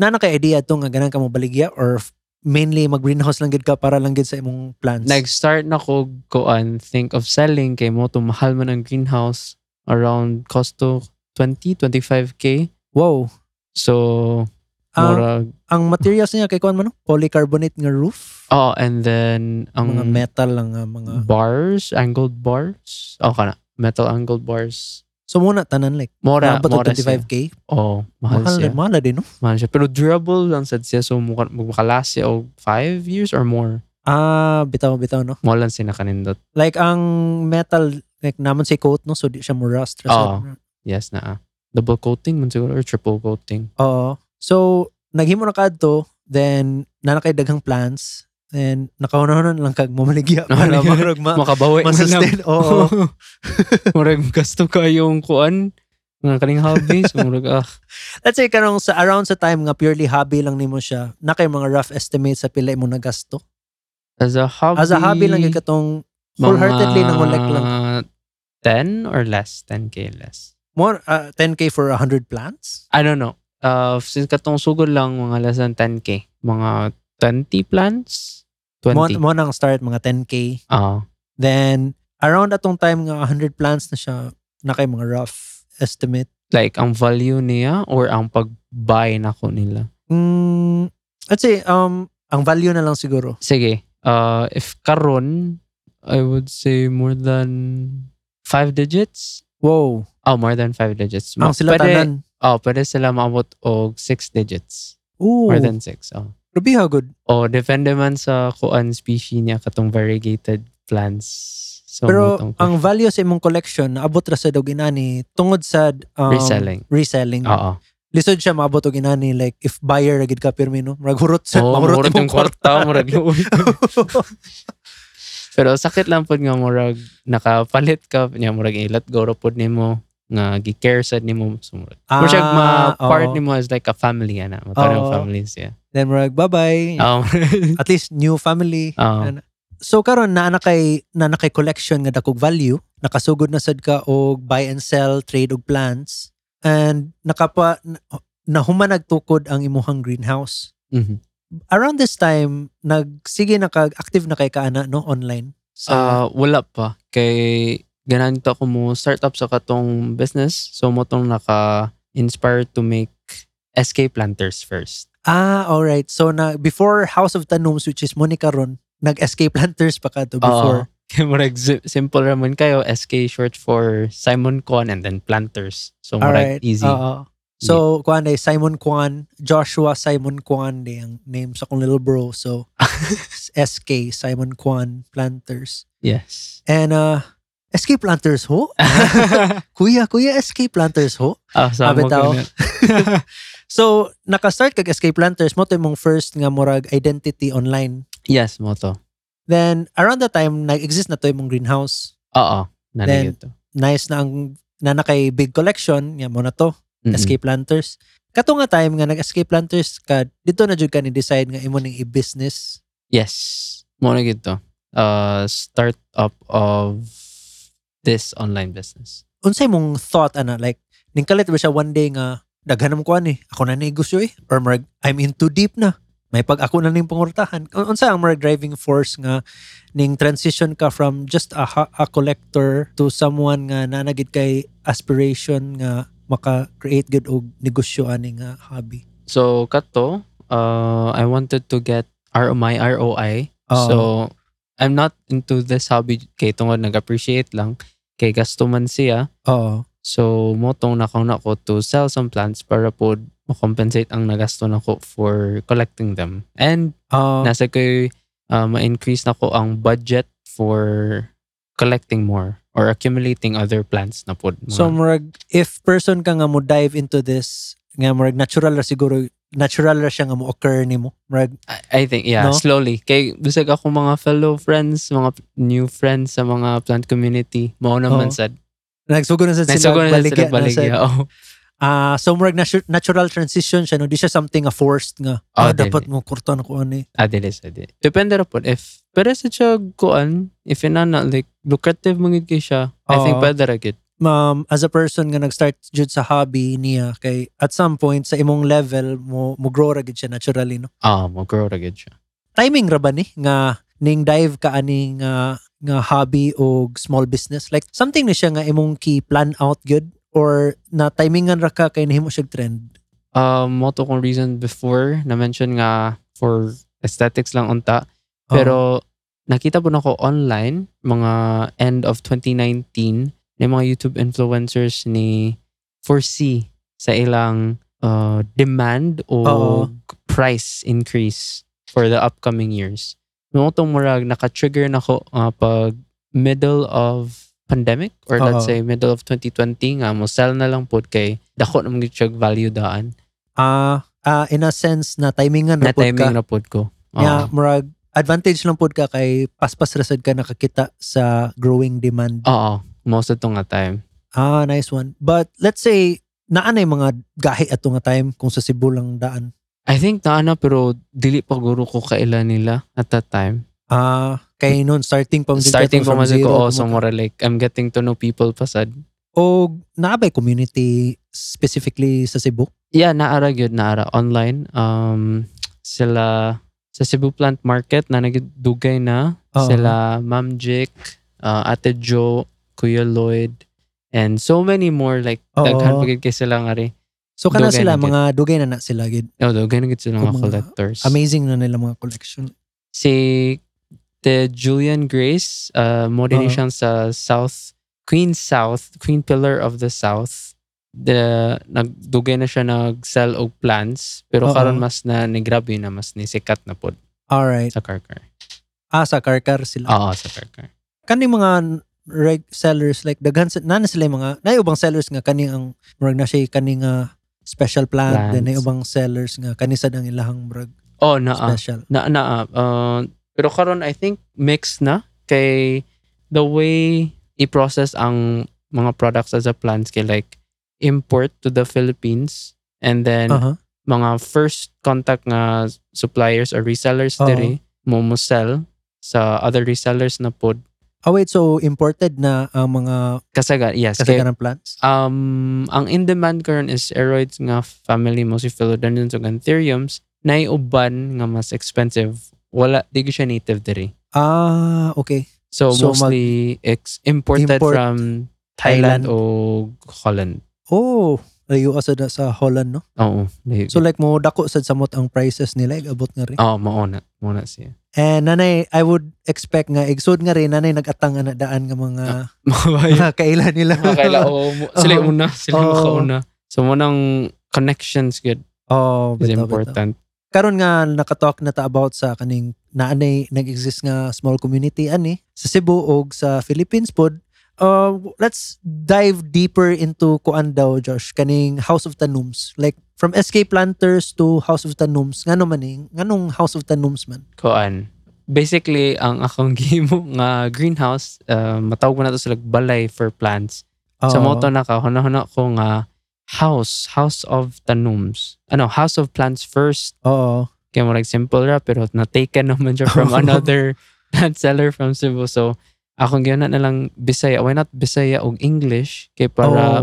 Speaker 1: na na kay idea to nga ganan ka mo baligya or f- mainly mag greenhouse lang gid ka para lang gid sa imong plants.
Speaker 2: nag-start na ko kuan think of selling kay mo to mahal man ang greenhouse around cost to 20 25k
Speaker 1: Wow.
Speaker 2: so
Speaker 1: Ang
Speaker 2: mura
Speaker 1: ang materials niya kay kuan man no? polycarbonate nga roof.
Speaker 2: oh and then ang
Speaker 1: mga metal ah. lang nga mga
Speaker 2: bars angled bars oh kana metal angled bars
Speaker 1: So muna tanan like
Speaker 2: mora
Speaker 1: Nabot to
Speaker 2: mora siya
Speaker 1: 25k.
Speaker 2: oh mahal,
Speaker 1: Mahal
Speaker 2: siya
Speaker 1: din, mahal din no.
Speaker 2: Man siya. Pero durable lang sad siya. So, muka- magmakalast siya o five years or more.
Speaker 1: Ah, bitaw bitaw no.
Speaker 2: Mo lang siya nakanindot.
Speaker 1: Like ang metal like naman si coat no so di siya mo rust.
Speaker 2: Oo. Yes na ah. Double coating man siguro or triple coating.
Speaker 1: Oo. So, naghimo na kadto, then nanakay daghang plants, and nakahunahunan lang kag mamaligya para
Speaker 2: Nakahunahunan.
Speaker 1: marag ma
Speaker 2: Makabawi man lang.
Speaker 1: masustain. Oo.
Speaker 2: Murag gasto ka yung kuan. Mga kaning hobby. So, murag ah.
Speaker 1: Let's say kanong sa around sa time nga purely hobby lang nimo siya, nakay mga rough estimate sa pila imong nagasto.
Speaker 2: As a hobby.
Speaker 1: As a hobby lang gyud katong wholeheartedly nangulek lang.
Speaker 2: 10 or less. 10k less.
Speaker 1: more uh, 10k for 100 plants.
Speaker 2: I don't know. Uh, since katong sugod lang mga less than 10k. Mga 20 plants?
Speaker 1: Mo
Speaker 2: 20.
Speaker 1: mo nang start mga 10k.
Speaker 2: Ah.
Speaker 1: Then around atong time nga 100 plants na siya, nakay mga rough estimate.
Speaker 2: like ang value niya or ang pag-buy na ko nila.
Speaker 1: Mm, let's say um ang value na lang siguro.
Speaker 2: Sige, uh, if karon, I would say more than five digits.
Speaker 1: Wow.
Speaker 2: Oh, more than five digits.
Speaker 1: Ang sila
Speaker 2: pwede,
Speaker 1: tanan.
Speaker 2: oh, pwede sila maabot og six digits.
Speaker 1: Ooh.
Speaker 2: More than six. Oh.
Speaker 1: Ruby ha good.
Speaker 2: oh, depende man sa kuan species niya katong variegated plants. So,
Speaker 1: Pero
Speaker 2: motong-
Speaker 1: ang value sa imong collection naabot ra sa dog inani tungod sa um,
Speaker 2: reselling. Ah.
Speaker 1: reselling.
Speaker 2: Oo.
Speaker 1: Lisod siya maabot og inani like if buyer ra gid ka pirmi no. Murag hurot sa
Speaker 2: Oo,
Speaker 1: mahurot
Speaker 2: Oh, murag
Speaker 1: imong
Speaker 2: yung kwarta, murag
Speaker 1: kwarta.
Speaker 2: Pero sakit lang pod nga murag nakapalit ka nya murag ilat go ra pod nimo nga gi-care sad nimo so murag.
Speaker 1: Ah,
Speaker 2: murag ma part
Speaker 1: oo.
Speaker 2: nimo is like a family ana, matarang
Speaker 1: Oo.
Speaker 2: family
Speaker 1: Ah,
Speaker 2: siya.
Speaker 1: oh. Then murag bye-bye.
Speaker 2: Um,
Speaker 1: At least new family.
Speaker 2: Oo.
Speaker 1: Ano? So karon na nakay na nakay collection nga dakog value, nakasugod na sad ka og buy and sell, trade og plants and nakapa nahumanag tukod ang imuhang greenhouse.
Speaker 2: mhm.
Speaker 1: Around this time, nagsige na kag active na kay kaana no online. Sa
Speaker 2: Ah, wala pa kay ganan to ako mo startup sa katong business. So mo tong naka inspire to make SK planters first.
Speaker 1: ah all right. So na before House of Tanums which is Monica ron, nag SK planters pa ka to
Speaker 2: Oo.
Speaker 1: before.
Speaker 2: Kaya murag si- simple raman kayo SK short for Simon Kwan and then planters. So
Speaker 1: all right.
Speaker 2: murag easy.
Speaker 1: Oo. So, kuan day, Simon Kwan, Joshua Simon Kwan day ang name sa kong little bro. So, SK, Simon Kwan Planters.
Speaker 2: Yes.
Speaker 1: And uh, SK Planters ho? kuya, kuya, SK Planters ho?
Speaker 2: ah, sa
Speaker 1: Abit
Speaker 2: mo
Speaker 1: tao.
Speaker 2: ganyan.
Speaker 1: so, nakastart kag SK Planters mo to yung mong first nga murag identity online.
Speaker 2: Yes, mo to.
Speaker 1: Then, around the time, nag-exist na to yung mong greenhouse.
Speaker 2: Oo.
Speaker 1: Then,
Speaker 2: Nanay to.
Speaker 1: Nice na ang nanakay big collection. Yan mo na to.
Speaker 2: Mm-mm.
Speaker 1: escape planters. Kato nga time nga nag-escape planters ka, dito na jud ka ni decide nga imo ning i-business.
Speaker 2: Yes. Mo na gito. Uh, start up of this online business.
Speaker 1: Unsay mong thought ana like ningkalit ba siya one day nga daghan mo kuan eh. Ako na ni gusto eh or marag, I'm in too deep na. may pag ako na ning pangurtahan Un- unsa ang mga driving force nga ning transition ka from just a, ha- a collector to someone nga nanagid kay aspiration nga maka-create gud og negosyo ani nga hobby
Speaker 2: So kato, uh, I wanted to get ROI, ROI.
Speaker 1: Oo.
Speaker 2: So I'm not into this hobby kay tungod nag-appreciate lang kay gasto man siya.
Speaker 1: oo
Speaker 2: So motong nakaw na ko to sell some plants para po makompensate ang nagasto nako for collecting them. And
Speaker 1: Oo.
Speaker 2: nasa kay uh, ma-increase na ko ang budget for collecting more or accumulating other plants na po.
Speaker 1: So murag if person ka nga mo dive into this nga murag natural ra siguro natural ra siya nga mo occur nimo. Murag
Speaker 2: I, I think, yeah,
Speaker 1: No?
Speaker 2: slowly. Kay bisag ako mga fellow friends, mga p- new friends sa mga plant community, mao naman
Speaker 1: Oo.
Speaker 2: sad.
Speaker 1: nagsugo na sa sila
Speaker 2: Nagsugo na
Speaker 1: baligya
Speaker 2: sila
Speaker 1: na
Speaker 2: baligya.
Speaker 1: sa-
Speaker 2: Oh.
Speaker 1: Ah, so murag natu- natural transition siya no di siya something nga forced nga.
Speaker 2: Oh,
Speaker 1: ah,
Speaker 2: dili.
Speaker 1: dapat mo ano kurtan ko ani.
Speaker 2: Adili, adili. Depende ra po. If, pero sa siya kuan, if ina na, like, lucrative mong kay siya, I think
Speaker 1: Oo.
Speaker 2: pwede ra gid.
Speaker 1: Um, as a person nga nag-start jud sa hobby niya kay at some point sa imong level mo mo grow ra gid siya naturally no.
Speaker 2: Ah, mag-grow ra gid siya.
Speaker 1: Timing ra ba ni nga ning dive ka ani nga nga hobby o small business like something na siya nga imong ki plan out good or na timingan ra ka kay nahimo siya trend.
Speaker 2: Um, mo to kong reason before na mention nga for aesthetics lang unta,
Speaker 1: Oh.
Speaker 2: pero nakita po nako online mga end of 2019 ng mga YouTube influencers ni 4C sa ilang uh, demand o
Speaker 1: Oo.
Speaker 2: price increase for the upcoming years. Noong itong murag, naka-trigger na ko uh, pag middle of pandemic or let's
Speaker 1: Oo.
Speaker 2: say middle of 2020 nga mo sell na lang pod kay dako ng mga value daan
Speaker 1: ah ah, in a sense na timingan
Speaker 2: na
Speaker 1: ra pud ka.
Speaker 2: timing oh. na pod ko. Oo.
Speaker 1: Nga, murag advantage lang pod ka kay paspas ra sad ka nakakita sa growing demand.
Speaker 2: Oo. Most of nga time.
Speaker 1: Ah, nice one. But let's say naanay mga gahi ato nga time kung sa Cebu lang daan.
Speaker 2: I think naana pero dili pa guro ko kaila nila at that time.
Speaker 1: Ah, kay noon starting pa man jud
Speaker 2: Starting
Speaker 1: kato
Speaker 2: pa
Speaker 1: from
Speaker 2: man sa
Speaker 1: zero
Speaker 2: ko, oh,
Speaker 1: kamo
Speaker 2: so
Speaker 1: ka.
Speaker 2: more like, I'm getting to know people pa sad.
Speaker 1: O naabay community specifically sa Cebu?
Speaker 2: Yeah, naara gyud naara online. Um, sila sa Cebu Plant Market na nagdugay na
Speaker 1: Oo.
Speaker 2: sila Ma'am Jake, uh, Ate Jo, Kuya Lloyd, and so many more like
Speaker 1: Oo.
Speaker 2: daghan pa gyud kay sila nga rin.
Speaker 1: So kana
Speaker 2: Dugay
Speaker 1: sila
Speaker 2: na gid.
Speaker 1: mga dugay na na sila gid.
Speaker 2: Oh, dugay na gyud sila
Speaker 1: Kung
Speaker 2: mga
Speaker 1: mga
Speaker 2: collectors.
Speaker 1: Amazing na nila mga collection.
Speaker 2: si the Julian Grace, uh, mo din
Speaker 1: Oo.
Speaker 2: siyang sa South, Queen South, Queen Pillar of the South. The, nagdugay na siya nag-sell og plants
Speaker 1: Oo.
Speaker 2: pero karon mas na ni grabe na mas ni sikat na pod
Speaker 1: All right.
Speaker 2: sa Karkar.
Speaker 1: Ah, sa Karkar sila.
Speaker 2: Oo, sa Karkar.
Speaker 1: Kani mga reg sellers like daghan sa na na sila yung mga naay ubang sellers nga kani ang murag na siya kani nga special plant then
Speaker 2: Plants.
Speaker 1: naay ubang sellers nga kani sad ang ilahang murag
Speaker 2: Oh, naa.
Speaker 1: special.
Speaker 2: Na naa. Uh, pero karon I think mix na kay the way i-process ang mga products as a plants kay like import to the Philippines and then
Speaker 1: Aha.
Speaker 2: mga first contact nga suppliers or resellers
Speaker 1: Oo.
Speaker 2: diri mo mo sell sa other resellers na pod
Speaker 1: Oh wait, so imported na ang mga
Speaker 2: kasaga yes kay,
Speaker 1: kasagaran plants?
Speaker 2: um ang in demand current is steroids nga family mo si philodendrons ug anthuriums na uban nga mas expensive wala di gyud siya native diri
Speaker 1: Ah, okay.
Speaker 2: so,
Speaker 1: So, mag-
Speaker 2: mostly ex- imported
Speaker 1: Import.
Speaker 2: from Thailand, o Holland
Speaker 1: Oh, layo asa na sa Holland, no?
Speaker 2: oo di-
Speaker 1: So like mo dako sad samot ang prices nila, ig abot nga rin.
Speaker 2: oo mao na mao na siya
Speaker 1: And nanay, I would expect nga igsood nga rin nanay nagatang na daan nga mga
Speaker 2: Mabayo.
Speaker 1: mga kaila nila.
Speaker 2: Makaila o sila
Speaker 1: Oo.
Speaker 2: yung una, sila
Speaker 1: Oo.
Speaker 2: yung makauna. So mo nang connections good
Speaker 1: oh,
Speaker 2: is
Speaker 1: bitaw, bitaw.
Speaker 2: important.
Speaker 1: Karon nga nakatalk na ta about sa kaning naanay nag-exist nga small community ani sa Cebu og sa Philippines pod. Uh, let's dive deeper into kuan daw Josh kaning House of Tanums like from SK Planters to House of Tanums ngano man eh? nganong House of Tanums man
Speaker 2: Koan. Basically, ang akong game nga greenhouse, uh, matawag mo na to sila balay for plants. Sa
Speaker 1: Oo.
Speaker 2: moto na ka, hunahuna ko nga house, house of tanums. Ano, house of plants first.
Speaker 1: oo
Speaker 2: Kaya mo like simple ra, pero na-taken naman siya from another plant seller from Cebu. So, akong gana na lang Bisaya. Why not Bisaya og English? Kay para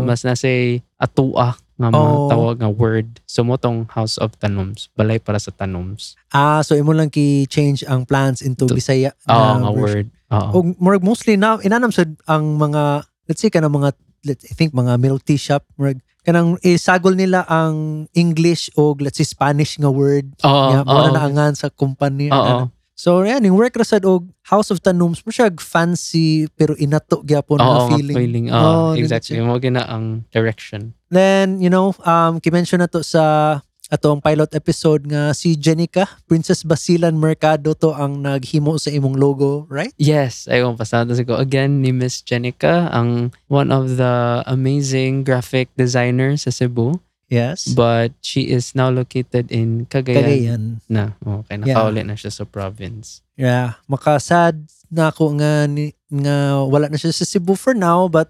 Speaker 1: Oh.
Speaker 2: mas nasay atua nga mga
Speaker 1: Oh.
Speaker 2: tawag nga word. So mo tong House of Tanoms. Balay para sa Tanoms.
Speaker 1: Ah, so imo lang ki-change ang plans into
Speaker 2: To-
Speaker 1: Bisaya. na
Speaker 2: Oo, Ah, nga
Speaker 1: version.
Speaker 2: word. Oo.
Speaker 1: O murag mostly na inanam sad ang mga let's say kanang mga let's I think mga milk tea shop murag kanang isagol nila ang English o let's say Spanish nga word
Speaker 2: Oo,
Speaker 1: nga
Speaker 2: oo.
Speaker 1: mura na ano, angan sa kumpanya.
Speaker 2: Oo.
Speaker 1: So yan yung work ra sad og House of Tanums mo siya fancy pero inato gyapon
Speaker 2: Oo,
Speaker 1: nga
Speaker 2: Ah, nga
Speaker 1: feeling. Oh,
Speaker 2: feeling. Oo,
Speaker 1: Oo,
Speaker 2: exactly. Mo gina ang direction.
Speaker 1: Then you know um kimension na to sa ato ang pilot episode nga si Jenica Princess Basilan Mercado to ang naghimo sa imong logo, right?
Speaker 2: Yes, I won't pass out. Again, ni Miss Jenica, ang one of the amazing graphic designers sa Cebu.
Speaker 1: Yes.
Speaker 2: But she is now located in Cagayan,
Speaker 1: Kagayan.
Speaker 2: na. Okay,
Speaker 1: Yeah.
Speaker 2: nakauli na siya sa province.
Speaker 1: Yeah, makasad na ako nga ni- nga wala na siya sa Cebu for now but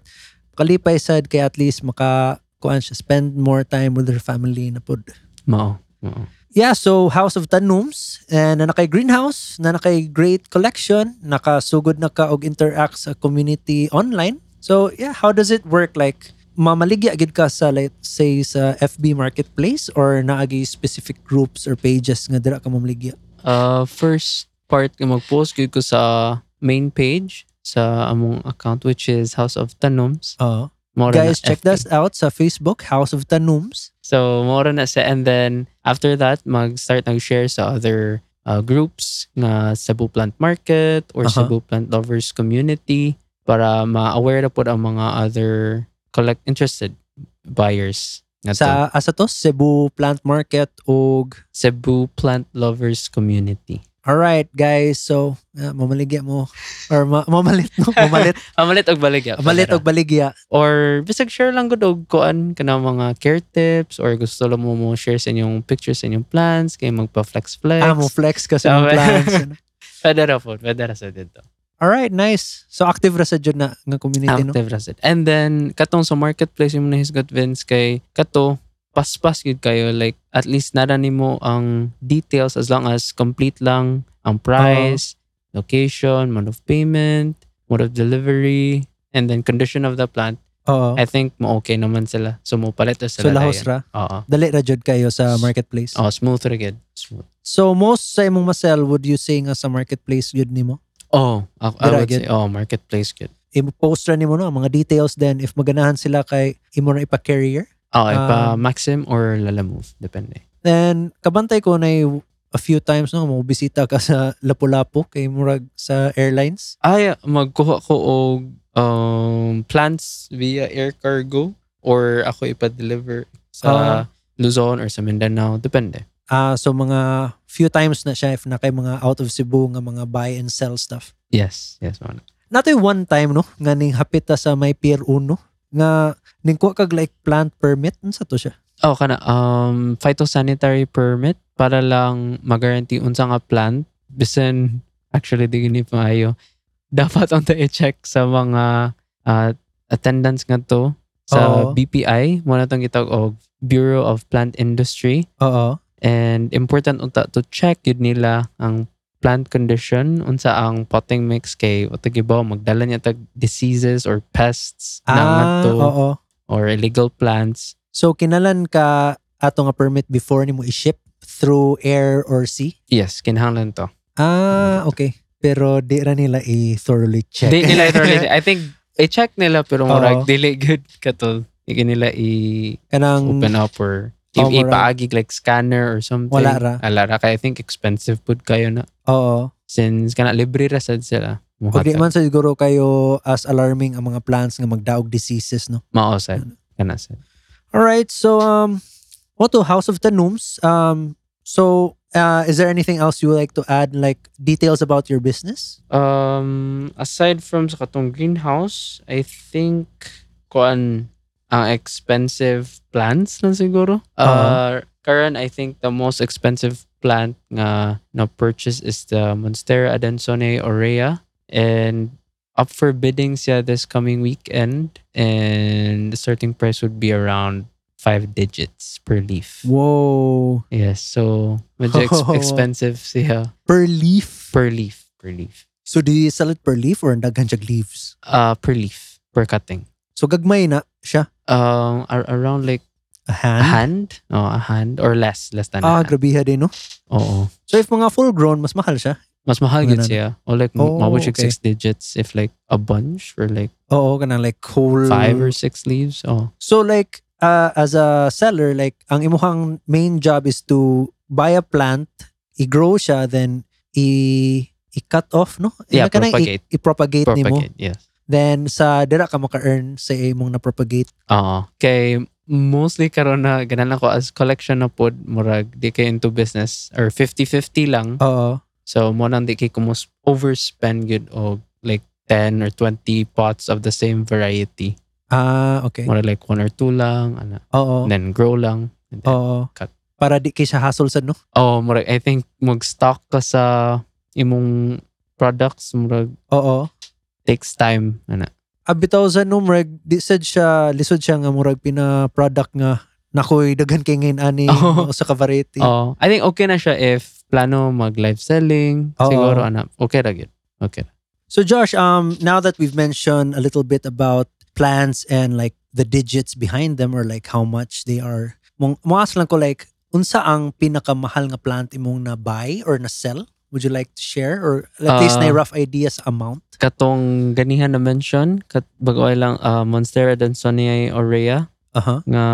Speaker 1: kalipay sad kay at least maka kuan siya spend more time with her family na pod.
Speaker 2: Mao. Mao.
Speaker 1: Yeah, so House of Tanums and na nakay greenhouse, na nakay great collection, nakasugod na ka og interact sa community online. So yeah, how does it work like mamaligya gid ka sa like, say sa FB marketplace or naagi specific groups or pages nga dira ka mamaligya?
Speaker 2: Uh, first part nga mag-post gud ko sa main page sa among account which is House of Tanoms.
Speaker 1: Oo.
Speaker 2: Mao ra na
Speaker 1: Guys, check
Speaker 2: FB.
Speaker 1: us out sa Facebook, House of Tanums.
Speaker 2: So, mora na siya. And then, after that, mag-start nag-share sa other uh, groups na Cebu Plant Market
Speaker 1: Aha.
Speaker 2: or Cebu Plant Lovers Community para ma-aware na po ang mga other collect interested buyers. Na to.
Speaker 1: Sa asa to Cebu Plant Market ug
Speaker 2: Cebu Plant Lovers Community.
Speaker 1: All right, guys. So, uh, mamaligya mo or ma- mamalit no, mamalit,
Speaker 2: Amalit og baligya.
Speaker 1: mamalit og baligya.
Speaker 2: Or bisag share lang gud og kuan kana mga care tips or gusto lang mo mo share sa inyong pictures sa inyong plants kay magpa-flex flex. Ah,
Speaker 1: Amo Ah, flex kasi ng
Speaker 2: Tama.
Speaker 1: plants. ano.
Speaker 2: Pwede ra po, pwede ra sa dito.
Speaker 1: All right, nice. So active ra sa jud na nga community no.
Speaker 2: Active ra sad. And then katong sa marketplace yung nahisgot Vince kay kato paspas gid kayo like at least nara nimo ang details as long as complete lang ang price, location, mode of payment, mode of delivery, and then condition of the plant.
Speaker 1: Oo.
Speaker 2: I think mo okay naman sila. So mo palit
Speaker 1: So
Speaker 2: sila.
Speaker 1: lahos
Speaker 2: dayon.
Speaker 1: ra.
Speaker 2: Oo.
Speaker 1: Dali ra jud kayo sa marketplace.
Speaker 2: Oh, smooth ra gid. Smooth.
Speaker 1: So most sa imong masel would you say nga sa marketplace jud nimo?
Speaker 2: Oh, I, I
Speaker 1: Dira
Speaker 2: would
Speaker 1: gid.
Speaker 2: say oh, marketplace gid.
Speaker 1: I-post ra nimo no ang mga details then if maganahan sila kay imo ra ipa-carrier.
Speaker 2: Oh, ipa
Speaker 1: Um,
Speaker 2: Maxim or Lalamove, depende.
Speaker 1: Then, kabantay ko na y- a few times no, mo bisita ka sa Lapu-Lapu kay Murag sa airlines.
Speaker 2: ay Ah, magkuha ko og um, plants via air cargo or ako ipa-deliver sa Luzon or sa Mindanao. Depende.
Speaker 1: Ah, so mga few times na siya if na kay mga out of Cebu nga mga buy and sell stuff.
Speaker 2: Yes. Yes, man.
Speaker 1: Natoy one time no, nga ning hapita sa may Pier 1 nga ning kuha kag like plant permit unsa to siya?
Speaker 2: Oh, kana um phytosanitary permit para lang ma-guarantee unsa nga plant bisan actually di gini maayo. Dapat unta i-check sa mga ah, attendance nga to sa
Speaker 1: Oo.
Speaker 2: BPI, mo na tong gitawag og Bureau of Plant Industry.
Speaker 1: Oo.
Speaker 2: And important unta to check yun nila ang plant condition unsa ang potting mix kay wata gibaw magdala niya tag diseases or pests na nga
Speaker 1: Ah,
Speaker 2: to
Speaker 1: oo.
Speaker 2: or illegal plants.
Speaker 1: So kinalan ka ato nga permit before nimo i-ship through air or sea?
Speaker 2: Yes, kinahanglan to.
Speaker 1: Ah, okay. Pero di ra nila i-thoroughly check.
Speaker 2: Di nila literally I think i-check nila pero
Speaker 1: Oo.
Speaker 2: murag dili good katol. Hindi nila i
Speaker 1: Kanang
Speaker 2: open up or i-
Speaker 1: Oo, Oh, murag-
Speaker 2: ipaagig like scanner or something.
Speaker 1: Wala ra.
Speaker 2: Wala ra kay I think expensive pud kayo na
Speaker 1: oo.
Speaker 2: since kana libre ra sad sila.
Speaker 1: Pag di
Speaker 2: Muhatag.
Speaker 1: man siguro kayo as alarming ang mga plants nga magdaog diseases, no?
Speaker 2: Maosad. Kana sad.
Speaker 1: Alright, so, um, what to House of Tanums? Um, so, uh, is there anything else you would like to add? Like, details about your business?
Speaker 2: Um, aside from sa katong greenhouse, I think kuan ang expensive plants lang siguro. Uh, current, I think the most expensive plant nga na purchase is the Monstera Adensone Aurea and up for bidding siya this coming weekend and the starting price would be around five digits per leaf.
Speaker 1: Whoa.
Speaker 2: Yes, so medyo ex-
Speaker 1: Wow.
Speaker 2: expensive siya
Speaker 1: Per leaf?
Speaker 2: per leaf, per leaf.
Speaker 1: So do you sell it per leaf or daghan siya leaves?
Speaker 2: uh, per leaf, per cutting.
Speaker 1: So gagmay na siya.
Speaker 2: Um, ar- around like
Speaker 1: A
Speaker 2: a
Speaker 1: hand.
Speaker 2: hand? Oh, a hand or less, less than
Speaker 1: Ah,
Speaker 2: a hand.
Speaker 1: grabiha din, no?
Speaker 2: Oo.
Speaker 1: So if mga full grown, mas mahal siya.
Speaker 2: Mas mahal
Speaker 1: Ganun.
Speaker 2: gets yeah. Or like
Speaker 1: Oh,
Speaker 2: oh, mabot yung
Speaker 1: okay.
Speaker 2: six digits if like a bunch or like
Speaker 1: Oo, kanang like whole.
Speaker 2: five or six leaves. Oh.
Speaker 1: So like uh, as a seller, like ang imuhang main job is to buy a plant, i-grow siya, then i- i-cut off, no?
Speaker 2: Yeah,
Speaker 1: Ano ka na,
Speaker 2: propagate.
Speaker 1: I- propagate nimo.
Speaker 2: Propagate, yes.
Speaker 1: Then sa dira ka maka-earn sa imong na-propagate.
Speaker 2: Oo. Kay mostly karon na ganan ko as collection na pod murag di kay into business or 50-50 lang.
Speaker 1: Oo.
Speaker 2: So mo nang di kay kumus overspend good og like 10 or 20 pots of the same variety.
Speaker 1: Ah, okay.
Speaker 2: Mura like one or two lang, ana.
Speaker 1: Oo.
Speaker 2: And then grow lang. And then,
Speaker 1: Oo.
Speaker 2: Cut.
Speaker 1: Para di kay siya hassle sa no?
Speaker 2: oh, murag I think mag-stock ka sa imong products murag
Speaker 1: Oo.
Speaker 2: takes time ana.
Speaker 1: A bitaw sa no, murag, di sad siya, lisod siya nga murag pina-product nga nakoy daghan kay ngayon ani
Speaker 2: Oo.
Speaker 1: sa ka variety.
Speaker 2: Oh, I think okay na siya if plano mag live selling
Speaker 1: Oo.
Speaker 2: siguro ana. Okay ra gyud. Okay. ra.
Speaker 1: So Josh, um, now that we've mentioned a little bit about plants and like the digits behind them or like how much they are, mong moas lang ko like unsa ang pinakamahal nga plant imong na buy or na sell? Would you like to share or at least
Speaker 2: Uh,
Speaker 1: na rough ideas amount?
Speaker 2: Katong ganihan na mention kat bagoy lang uh, Monstera Dansoniae aurea
Speaker 1: Uh
Speaker 2: uh-huh.
Speaker 1: huh.
Speaker 2: nga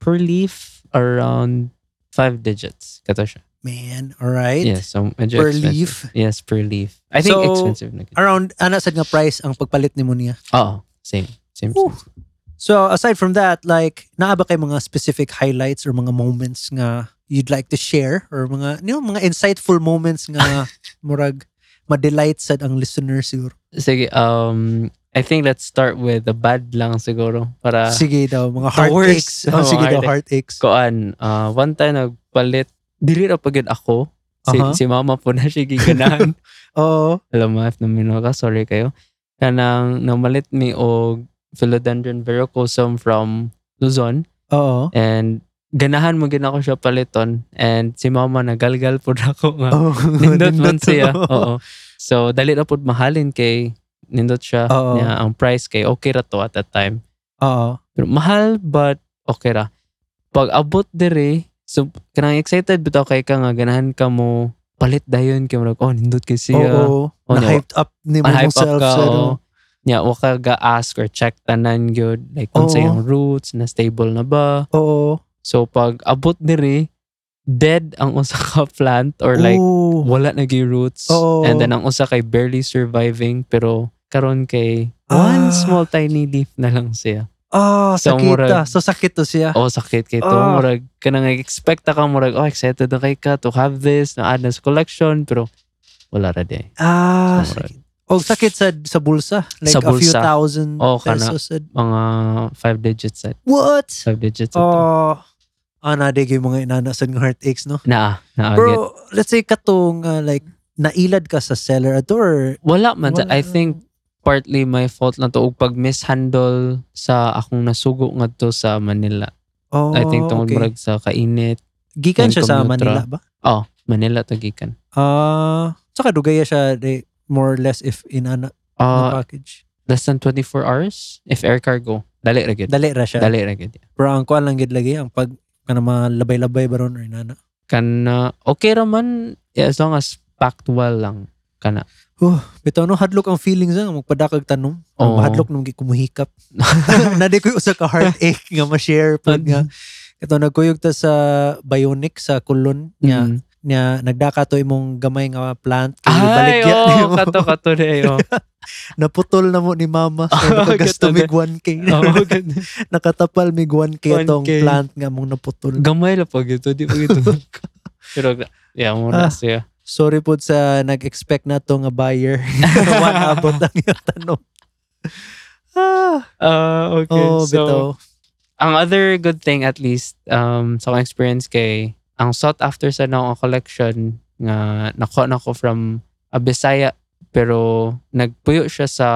Speaker 2: per leaf around five digits kato siya.
Speaker 1: Man, all right.
Speaker 2: Yes, so medyo
Speaker 1: Per
Speaker 2: expensive.
Speaker 1: leaf,
Speaker 2: Yes, per leaf. I think
Speaker 1: So,
Speaker 2: expensive na. gyud.
Speaker 1: around ana sad nga price ang pagpalit nimo niya.
Speaker 2: Oo, same. Same.
Speaker 1: Whew.
Speaker 2: same.
Speaker 1: So aside from that, like naa ba kay mga specific highlights or mga moments nga you'd like to share or mga you know, mga insightful moments nga murag ma-delight sad ang listener siguro.
Speaker 2: Sige, um, I think let's start with the bad lang siguro para
Speaker 1: sige daw, mga
Speaker 2: Ah. the
Speaker 1: heartaches.
Speaker 2: worst.
Speaker 1: Oh,
Speaker 2: Oo,
Speaker 1: sige daw,
Speaker 2: heartache.
Speaker 1: heartaches.
Speaker 2: koan. Uh, one time nagpalit, dili ra pagid ako. Si,
Speaker 1: Aha.
Speaker 2: si mama po na siya giganahan.
Speaker 1: Oo.
Speaker 2: Alam mo, if namino ka, sorry kayo. Kanang namalit mi og philodendron verrucosum from Luzon.
Speaker 1: Oo.
Speaker 2: And ganahan mo gina ko siya paliton. And si mama nagalgal po na ako nga.
Speaker 1: Oh,
Speaker 2: Ah. nindot man siya. Oo. So, dali na po mahalin kay nindot siya.
Speaker 1: Oo.
Speaker 2: Niya, ang price kay okay ra to at that time.
Speaker 1: Oo.
Speaker 2: Pero mahal but okay ra. Pag abot diri, so kanang excited bitaw kay ka nga ganahan ka mo palit dayon kay murag oh nindot kay siya.
Speaker 1: Oo.
Speaker 2: Oh, niya,
Speaker 1: Na-hyped up ni mo
Speaker 2: ang hype up
Speaker 1: self.
Speaker 2: ka. oh. oo. Niya, wa ka ga-ask or check tanan gyud like kung sa
Speaker 1: Oo.
Speaker 2: yung roots na stable na ba.
Speaker 1: Oo.
Speaker 2: So pag abot diri, dead ang usa ka plant or like
Speaker 1: Ooh.
Speaker 2: wala na gyud roots
Speaker 1: Oo.
Speaker 2: and then ang usa kay barely surviving pero karon kay
Speaker 1: Ah.
Speaker 2: one small tiny leaf na lang siya
Speaker 1: Ah,
Speaker 2: So,
Speaker 1: sakit
Speaker 2: murag-
Speaker 1: ah. So sakit to siya.
Speaker 2: oh sakit kay to
Speaker 1: Ah.
Speaker 2: murag kanang expect ka murag oh excited na kay ka to have this na add na sa collection pero wala ra di
Speaker 1: Ah,
Speaker 2: So,
Speaker 1: sakit. O sakit sa, sa bulsa. Like
Speaker 2: Sa
Speaker 1: a few
Speaker 2: bulsa.
Speaker 1: thousand
Speaker 2: Oo, kana.
Speaker 1: pesos. Sad.
Speaker 2: mga five digits set
Speaker 1: What?
Speaker 2: five digits set to.
Speaker 1: Oh, ana de yung mga inanasan ng heartaches, no?
Speaker 2: naa naa
Speaker 1: Bro,
Speaker 2: gyud.
Speaker 1: let's say katong uh, like nailad ka sa seller at or
Speaker 2: wala man sa-
Speaker 1: wala-
Speaker 2: I think partly my fault na to ug pag mishandle sa akong nasugo ngadto sa Manila
Speaker 1: oh,
Speaker 2: I think tungod
Speaker 1: okay.
Speaker 2: murag sa kainit
Speaker 1: gikan siya sa
Speaker 2: Yung commuter,
Speaker 1: Manila ba?
Speaker 2: Manila to gikan
Speaker 1: Ah, saka dugaya siya de, more or less if inana
Speaker 2: Ah,
Speaker 1: na package.
Speaker 2: less than 24 hours if air cargo. Dali ra gyud.
Speaker 1: Dali ra siya.
Speaker 2: Dali ra gyud.
Speaker 1: Pero ang kuan lang gid lagi ang pag kana mga labay-labay baron or inana.
Speaker 2: Kana ah, okay ra man yeah, as long as packed well lang kana.
Speaker 1: Bitaw no hadlok ang feelings nga magpadakag tanom.
Speaker 2: Oo.
Speaker 1: Ang hadlok nung kumuhikap. Nadi ko usa ka heartache nga ma-share pud
Speaker 2: Mm.
Speaker 1: nga Ito, nagkuyog ta sa Bionic sa Kulon niya.
Speaker 2: Mm.
Speaker 1: Niya, nagdaka to imong gamay nga plant. kay
Speaker 2: Ay,
Speaker 1: baligya
Speaker 2: oh,
Speaker 1: nimo.
Speaker 2: kato kato na yo.
Speaker 1: Naputol na mo ni mama. So,
Speaker 2: Oh,
Speaker 1: nakagasto
Speaker 2: gato
Speaker 1: mig
Speaker 2: na.
Speaker 1: 1K.
Speaker 2: Oh, gan-
Speaker 1: Nakatapal mig 1K itong
Speaker 2: 1K.
Speaker 1: plant nga mong naputol.
Speaker 2: Gamay la pag ito, di pag ito. Pero yeah, mo na
Speaker 1: Ah.
Speaker 2: siya.
Speaker 1: Sorry po sa nag-expect na to nga buyer. Wan abot ang iyong tanong. Ah,
Speaker 2: Ah, okay.
Speaker 1: oh,
Speaker 2: so,
Speaker 1: bitaw.
Speaker 2: ang other good thing at least um sa akong experience kay ang sought after sa naong collection nga nakuha na ko from a Bisaya pero nagpuyo siya sa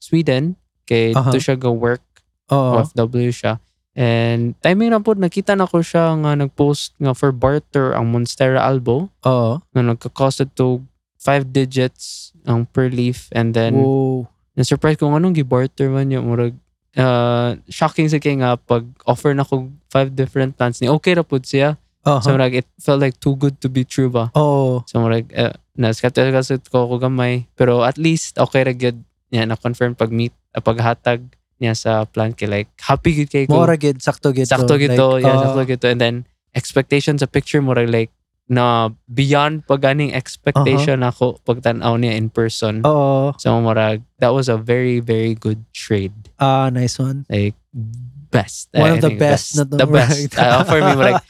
Speaker 2: Sweden kay
Speaker 1: Aha.
Speaker 2: to siya go work Uh-huh.
Speaker 1: Oo.
Speaker 2: OFW siya and timing na po nakita na ko siya nga nagpost nga for barter ang Monstera Albo
Speaker 1: Oo.
Speaker 2: nga nagka-cost to 4 five digits ang per leaf and then
Speaker 1: Whoa.
Speaker 2: na-surprise ko anong gibarter man yung murag uh, shocking sa kay nga pag offer na ko five different plants ni okay ra pud siya so
Speaker 1: Uh-huh.
Speaker 2: murag it felt like too good to be true ba
Speaker 1: Oh,
Speaker 2: so murag uh, naskatel-kasut ko ko gamay pero at least okay ra gyud niya na confirm pag meet uh, paghatag niya sa plant kay like happy gid kay ko
Speaker 1: mora gid sakto gid. to.
Speaker 2: sakto gito
Speaker 1: Like, uh,
Speaker 2: yeah sakto gito and then expectation sa picture murag like na beyond paganing expectation ako pag tan-aw niya in person
Speaker 1: Uh-huh. Oh,
Speaker 2: So Morag, that was a very, very good trade.
Speaker 1: ah, nice one.
Speaker 2: Like best.
Speaker 1: One
Speaker 2: I
Speaker 1: of the
Speaker 2: think
Speaker 1: best na
Speaker 2: The
Speaker 1: dumurag.
Speaker 2: best. Uh, for me, Morag,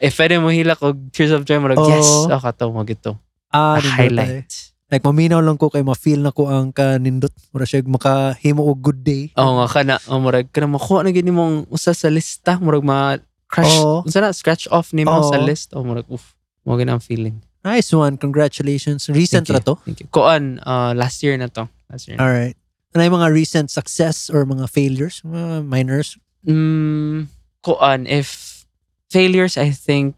Speaker 2: if pwede mo hilak o Tears of Joy, Morag, yes,
Speaker 1: Oo.
Speaker 2: ako to, mag ito.
Speaker 1: Oh. Ah,
Speaker 2: A
Speaker 1: nindot ay.
Speaker 2: highlight.
Speaker 1: Like maminaw lang ko kay ma-feel na ko ang kanindot. Mura siya makahimo og good day.
Speaker 2: Oo nga, kana, oh, Morag, kana makuha na gini mong usa sa lista, Morag, ma, crush,
Speaker 1: Oo.
Speaker 2: unsa na, scratch off ni mo
Speaker 1: Oo.
Speaker 2: sa list. Oh, Morag, uff, mo gina ang feeling.
Speaker 1: Nice one. Congratulations. Recent ra
Speaker 2: Thank
Speaker 1: to.
Speaker 2: Thank you. Koan, uh, last year na to. Last year.
Speaker 1: All
Speaker 2: Na.
Speaker 1: right. Ano yung mga recent success or mga failures, mga minors?
Speaker 2: Mm, koan, if failures, I think,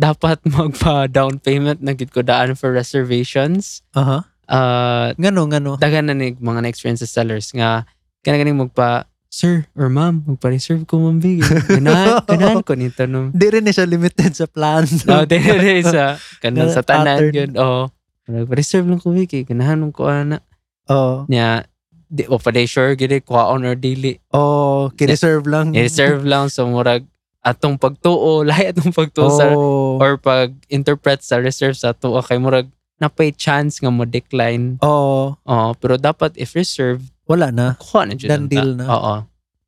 Speaker 2: dapat magpa-down payment na gid ko daan for reservations.
Speaker 1: Aha.
Speaker 2: Uh,
Speaker 1: Ngano ngano.
Speaker 2: daghan na ni mga na-experience sa sellers nga kanang magpa Sir or ma'am, magpa-reserve ko ma'am big. Ganahan, ganahan ko nito no. Oh,
Speaker 1: Di rin na siya limited sa plans.
Speaker 2: No, dire sa kanang ah. sa tanan
Speaker 1: Pattern.
Speaker 2: yun. Oh, magpa-reserve lang ko big. eh. Ganahan lang ko ana.
Speaker 1: Oh,
Speaker 2: Nya, di, o pa day sure gid kwaon or dili.
Speaker 1: oh, kireserve lang.
Speaker 2: I-reserve Eh, lang so murag atong pagtuo, lahi atong pagtuo sa
Speaker 1: Oh.
Speaker 2: or pag-interpret sa reserve sa tuwa kay murag napay chance nga mo decline.
Speaker 1: oh,
Speaker 2: Oh, pero dapat if reserve,
Speaker 1: wala na.
Speaker 2: kuha na Oh. jud
Speaker 1: Done
Speaker 2: unta.
Speaker 1: deal na.
Speaker 2: Oo.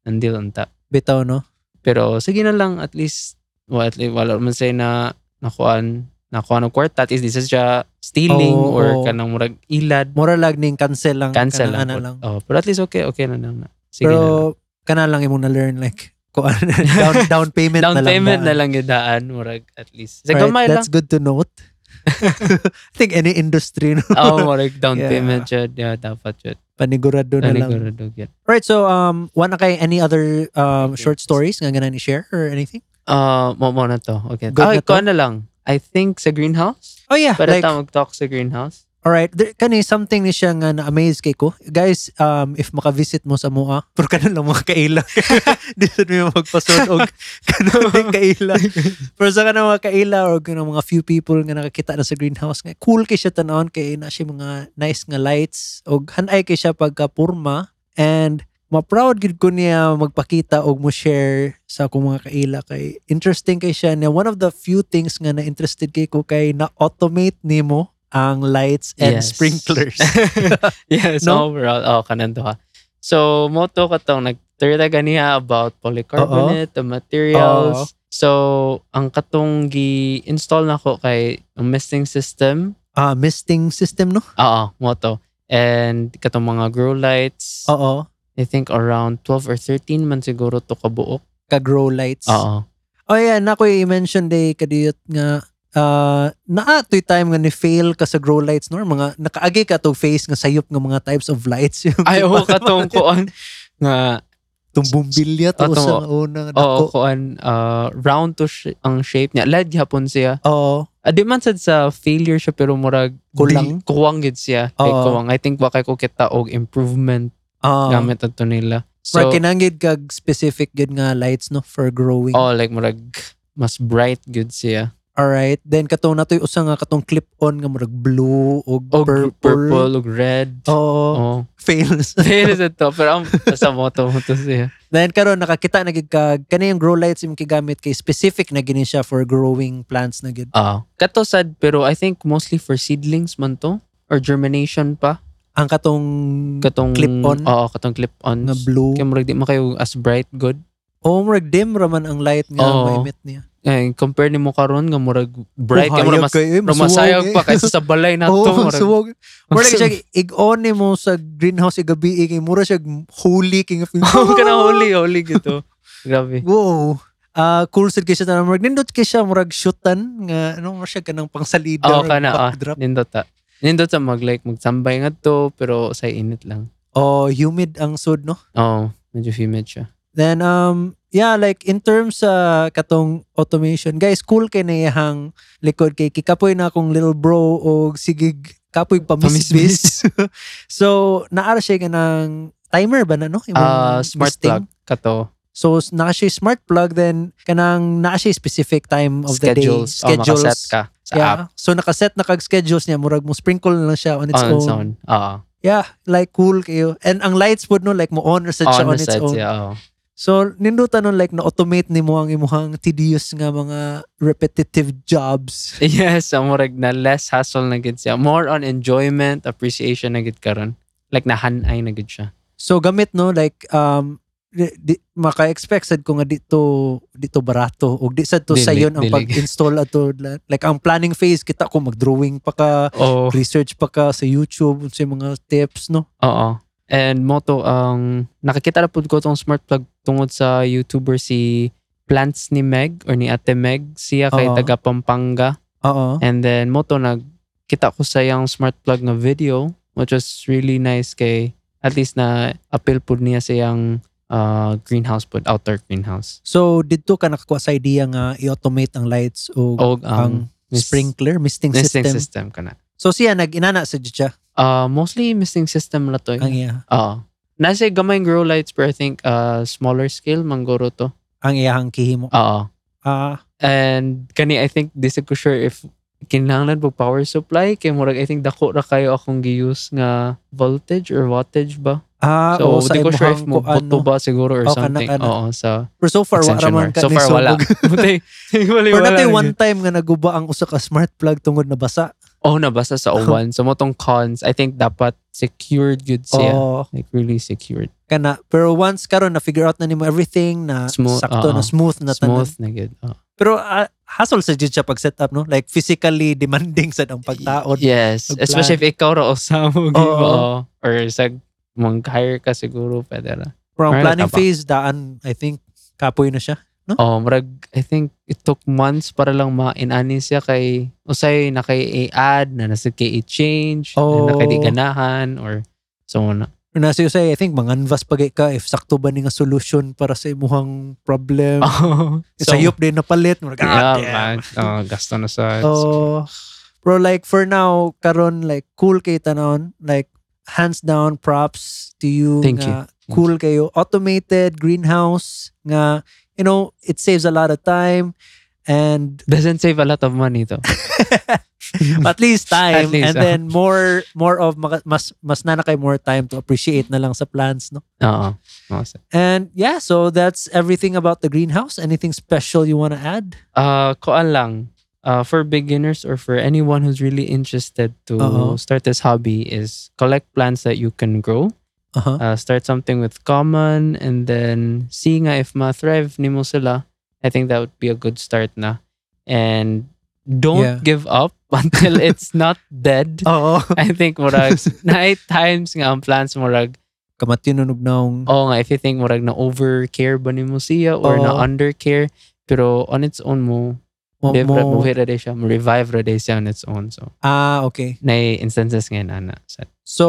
Speaker 2: Done deal unta.
Speaker 1: Bitaw, no?
Speaker 2: Pero sige na lang at least well, at least wala man say na nakuan nakuha ng kwarta at least this is siya stealing
Speaker 1: Oo,
Speaker 2: or
Speaker 1: oo.
Speaker 2: kanang murag ilad.
Speaker 1: Mora lag ning cancel lang.
Speaker 2: Cancel
Speaker 1: kana,
Speaker 2: lang.
Speaker 1: ana
Speaker 2: po.
Speaker 1: lang.
Speaker 2: Oh, pero at least okay, okay na lang na. Sige
Speaker 1: Pero,
Speaker 2: na lang.
Speaker 1: kana lang imong na-learn, like, kuan, down, down payment
Speaker 2: Down
Speaker 1: na lang.
Speaker 2: payment
Speaker 1: daan.
Speaker 2: na lang gidaan murag at least. Sa
Speaker 1: Alright,
Speaker 2: gamay lang.
Speaker 1: that's good to note. I think any industry, no?
Speaker 2: Oh, murag down
Speaker 1: Yeah.
Speaker 2: payment jud. Yeah, dapat jud.
Speaker 1: Panigurado na lang.
Speaker 2: Ano lang.
Speaker 1: Right, so, um, wala kay any other um,
Speaker 2: Okay.
Speaker 1: short stories nga gana ni share or anything?
Speaker 2: Ah, mo mo na to. Okay.
Speaker 1: Good
Speaker 2: Ay,
Speaker 1: na to?
Speaker 2: kuha na lang. I think sa greenhouse.
Speaker 1: Oh yeah,
Speaker 2: Para
Speaker 1: like,
Speaker 2: ta mag-talk sa greenhouse.
Speaker 1: All right, there, kani something ni siya nga na-amaze kay ko. Guys, um, if maka-visit mo sa Moa, puro ka na lang mga kaila. Di sad mo magpasod og kanang ding kaila. Pero sa kanang mga kaila or kanang mga few people nga nakakita na sa greenhouse nga cool kay siya tan-on kay na siya mga nice nga lights og hanay kay siya pagkapurma and ma-proud gid ko niya magpakita og mo share sa akong mga kaila kay interesting kay siya niya one of the few things nga na-interested kay ko kay na-automate nimo ang lights and
Speaker 2: Yes.
Speaker 1: sprinklers.
Speaker 2: yes,
Speaker 1: No?
Speaker 2: overall. Oh, kanan to ha. So, moto ka tong nagturda ganiha about polycarbonate, the materials.
Speaker 1: Oo.
Speaker 2: So, ang katong gi-install na ko kay ang misting system.
Speaker 1: Ah, misting system no?
Speaker 2: Oo, moto. And katong mga grow lights.
Speaker 1: Oo,
Speaker 2: I think around 12 or 13 man siguro to kabuok.
Speaker 1: ka-grow lights.
Speaker 2: Oo.
Speaker 1: Oh yeah, na ko i-mention day kadiyot nga uh, naatoy time nga ni fail ka sa grow lights no mga nakaagi ka to face nga sayop nga mga types of lights yung
Speaker 2: Ay, oo, katong kuan. Nga,
Speaker 1: tumbumbilya to
Speaker 2: Oh,
Speaker 1: sa
Speaker 2: tungo.
Speaker 1: una nga
Speaker 2: Oo,
Speaker 1: dako.
Speaker 2: kuan uh, round to sh- ang shape niya. Lad gyapon siya.
Speaker 1: Oo.
Speaker 2: Uh, di man sad sa failure siya pero murag
Speaker 1: Kulang?
Speaker 2: di- kuwang gid siya. Kay
Speaker 1: Oo.
Speaker 2: kuwang. I think wakay ko kita og improvement
Speaker 1: Ah.
Speaker 2: gamit ato nila. So,
Speaker 1: Right, kinangid kag specific gid nga lights no for growing.
Speaker 2: oh, like murag mas bright good siya.
Speaker 1: All right. Then katong natoy usa nga katong clip-on nga murag blue og
Speaker 2: Og
Speaker 1: purple.
Speaker 2: purple, og red.
Speaker 1: Oo.
Speaker 2: Oh.
Speaker 1: Fails.
Speaker 2: Pero sa to, pero ang sa moto mo to siya.
Speaker 1: Then karon nakakita na gid kag kani yung grow lights imong gigamit kay specific na gini siya for growing plants na gid.
Speaker 2: Ah, kato sad pero I think mostly for seedlings man to or germination pa.
Speaker 1: Ang katong
Speaker 2: Katong
Speaker 1: Clip-on?
Speaker 2: Oo, katong clip-on.
Speaker 1: nga blue.
Speaker 2: Kaya murag di man kayo as bright good.
Speaker 1: Oh, murag dim raman ang light nga
Speaker 2: Oo.
Speaker 1: maimit niya.
Speaker 2: eh, compare ni mo karon nga murag bright
Speaker 1: Oh,
Speaker 2: kay murag
Speaker 1: hayop
Speaker 2: mas
Speaker 1: kayo, eh,
Speaker 2: murag
Speaker 1: masuwag
Speaker 2: masayag
Speaker 1: eh.
Speaker 2: pa kaysa sa balay na to
Speaker 1: Oo,
Speaker 2: murag
Speaker 1: suwag. Murag siya ig-on ni mo sa greenhouse igabi eh, kay mura siya holy king of
Speaker 2: Oo, kana huli huli gito grabe
Speaker 1: Wow. Ah, cool sad kay siya tanang murag nindot kay siya murag shootan nga ano mo siya kanang pangsalida or
Speaker 2: Oo, kana, ah.
Speaker 1: backdrop.
Speaker 2: nindot ta nindot sa mag like magsambay nga to pero sa init lang
Speaker 1: Oh, humid ang sud no.
Speaker 2: oh medyo humid siya
Speaker 1: Then um yeah like in terms sa katong automation guys cool kay na iyahang likod kay kikapoy na akong little bro og sigig Kapoy pamisbis. so, naara siya ka ng timer ba na, no? Imong
Speaker 2: Ah, smart
Speaker 1: listing.
Speaker 2: plug kato.
Speaker 1: So, s- naa siya smart plug, then kanang naa siya specific time of the day.
Speaker 2: schedules. O, makaset ka sa app.
Speaker 1: So, nakaset na kag-schedules niya. Murag mo sprinkle na lang siya on its
Speaker 2: on
Speaker 1: own.
Speaker 2: its own. Oo.
Speaker 1: Yeah, like cool kayo. And ang lights would no, like mo on or set siya
Speaker 2: On
Speaker 1: on
Speaker 2: the
Speaker 1: its
Speaker 2: side
Speaker 1: own.
Speaker 2: siya. oo.
Speaker 1: So, ninduta nun, like, na-automate ni mo ang imuhang tedious nga mga repetitive jobs.
Speaker 2: Yes, ang murag na less hassle na gid siya. More on enjoyment, appreciation na gid karon. Like nahanay na gid siya.
Speaker 1: So, gamit, no, like, um, di, di, maka-expect sad ko nga dito dito barato o di sad to
Speaker 2: Dili,
Speaker 1: sayon ang
Speaker 2: dili.
Speaker 1: pag-install ato la- like ang planning phase kita ko mag-drawing pa ka
Speaker 2: Oh,
Speaker 1: research pa ka sa YouTube sa mga tips no
Speaker 2: oo. And moto ang nakakita na pud ko tong smart plug tungod sa YouTuber si Plants ni Meg or ni Ate Meg siya kay
Speaker 1: Oo.
Speaker 2: taga Pampanga.
Speaker 1: oo
Speaker 2: And then mo to nagkita ko sa yung smart plug na video which was really nice kay at least na appeal pud niya sa yung uh, greenhouse pud outdoor greenhouse.
Speaker 1: so didto ka nakakuha sa idea nga i-automate ang lights o ang
Speaker 2: Og Oh, ang um, mis-
Speaker 1: sprinkler misting,
Speaker 2: misting
Speaker 1: system.
Speaker 2: system kana.
Speaker 1: so siya nag-inana sa jud siya
Speaker 2: Uh, mostly misting system na to.
Speaker 1: ang
Speaker 2: eh.
Speaker 1: iya
Speaker 2: Oo. Nasa gamay grow lights pero I think uh, smaller scale manggoro to.
Speaker 1: ang iyahang kihimo
Speaker 2: Oo.
Speaker 1: ah
Speaker 2: And kani I think this ko sure if kinahanglan po power supply kay murag I think dako ra kayo akong giuse nga voltage or wattage ba
Speaker 1: ah
Speaker 2: So,
Speaker 1: oo, sa
Speaker 2: di ko sure if
Speaker 1: imuhang
Speaker 2: mo
Speaker 1: kuan,
Speaker 2: boto
Speaker 1: no?
Speaker 2: ba siguro or
Speaker 1: Oh, kana,
Speaker 2: something.
Speaker 1: kana.
Speaker 2: Oo, sa
Speaker 1: Pero so far, wala
Speaker 2: extension
Speaker 1: man
Speaker 2: wire.
Speaker 1: ka.
Speaker 2: So far, wala. Buti, wala,
Speaker 1: Pero
Speaker 2: wala.
Speaker 1: natin
Speaker 2: na
Speaker 1: one
Speaker 2: yun.
Speaker 1: time nga naguba ang usa ka smart plug tungod na basa.
Speaker 2: Oh, nabasa sa O1. So, motong cons, I think dapat secured good siya.
Speaker 1: Oo,
Speaker 2: Like, really secured.
Speaker 1: kana. Pero once karon na figure out na nimo everything na
Speaker 2: Smooth,
Speaker 1: sakto na
Speaker 2: oo.
Speaker 1: smooth na tanan.
Speaker 2: Smooth na good. Oh. oo.
Speaker 1: Pero ah, hassle sa jud siya pag setup no? Like physically demanding sa ang pagtaod.
Speaker 2: Yes.
Speaker 1: pagplan.
Speaker 2: Especially if ikaw ra sa mo.
Speaker 1: Oo.
Speaker 2: Oo. Or sa mag-hire ka siguro, pwede ra.
Speaker 1: From
Speaker 2: Right,
Speaker 1: planning
Speaker 2: tama.
Speaker 1: phase daan I think kapoy na siya.
Speaker 2: Oh, murag, I think it took months para lang ma-inani siya kay, usay, na kay i-add, na nasa kay i-change, na na
Speaker 1: Oh.
Speaker 2: kay diganahan, or so on.
Speaker 1: Na siya say I think manganvas pagay ka if sakto ba ni nga solution para sa imuhang problem.
Speaker 2: Oh,
Speaker 1: Sayop din napalit. Murag, ah, damn.
Speaker 2: man. Oh, gasto na sa...
Speaker 1: So, bro, like for now, karon like cool kay tanon, like hands down props to you.
Speaker 2: Thank
Speaker 1: nga, Cool kayo. Automated greenhouse nga, you know, it saves a lot of time and
Speaker 2: Doesn't save a lot of money to.
Speaker 1: at least time
Speaker 2: At least, oh.
Speaker 1: and then more more of maka- mas mas nana kay more time to appreciate na lang sa plants no
Speaker 2: Oo. Oo, sir.
Speaker 1: and yeah so that's everything about the greenhouse anything special you want to add
Speaker 2: Uh, koan lang. Uh, for beginners or for anyone who's really interested to
Speaker 1: Oo.
Speaker 2: start this hobby is collect plants that you can grow.
Speaker 1: uh-huh
Speaker 2: Uh, start something with common and then see nga if ma-thrive nimo sila. I think that would be a good start na. And
Speaker 1: Yeah.
Speaker 2: don't give up until it's not dead.
Speaker 1: oo
Speaker 2: I think murag nine times nga ang plants murag
Speaker 1: kamatinunog naong
Speaker 2: Oo nga, if you think murag na overcare ba ni mo siya
Speaker 1: Oo.
Speaker 2: or na undercare, pero on its own mo,
Speaker 1: Oh. mo,
Speaker 2: live ra-
Speaker 1: mo-
Speaker 2: mo, ra day siya, mo revive ra day siya on its own. So,
Speaker 1: ah okay
Speaker 2: nay instances nga na na. So,
Speaker 1: So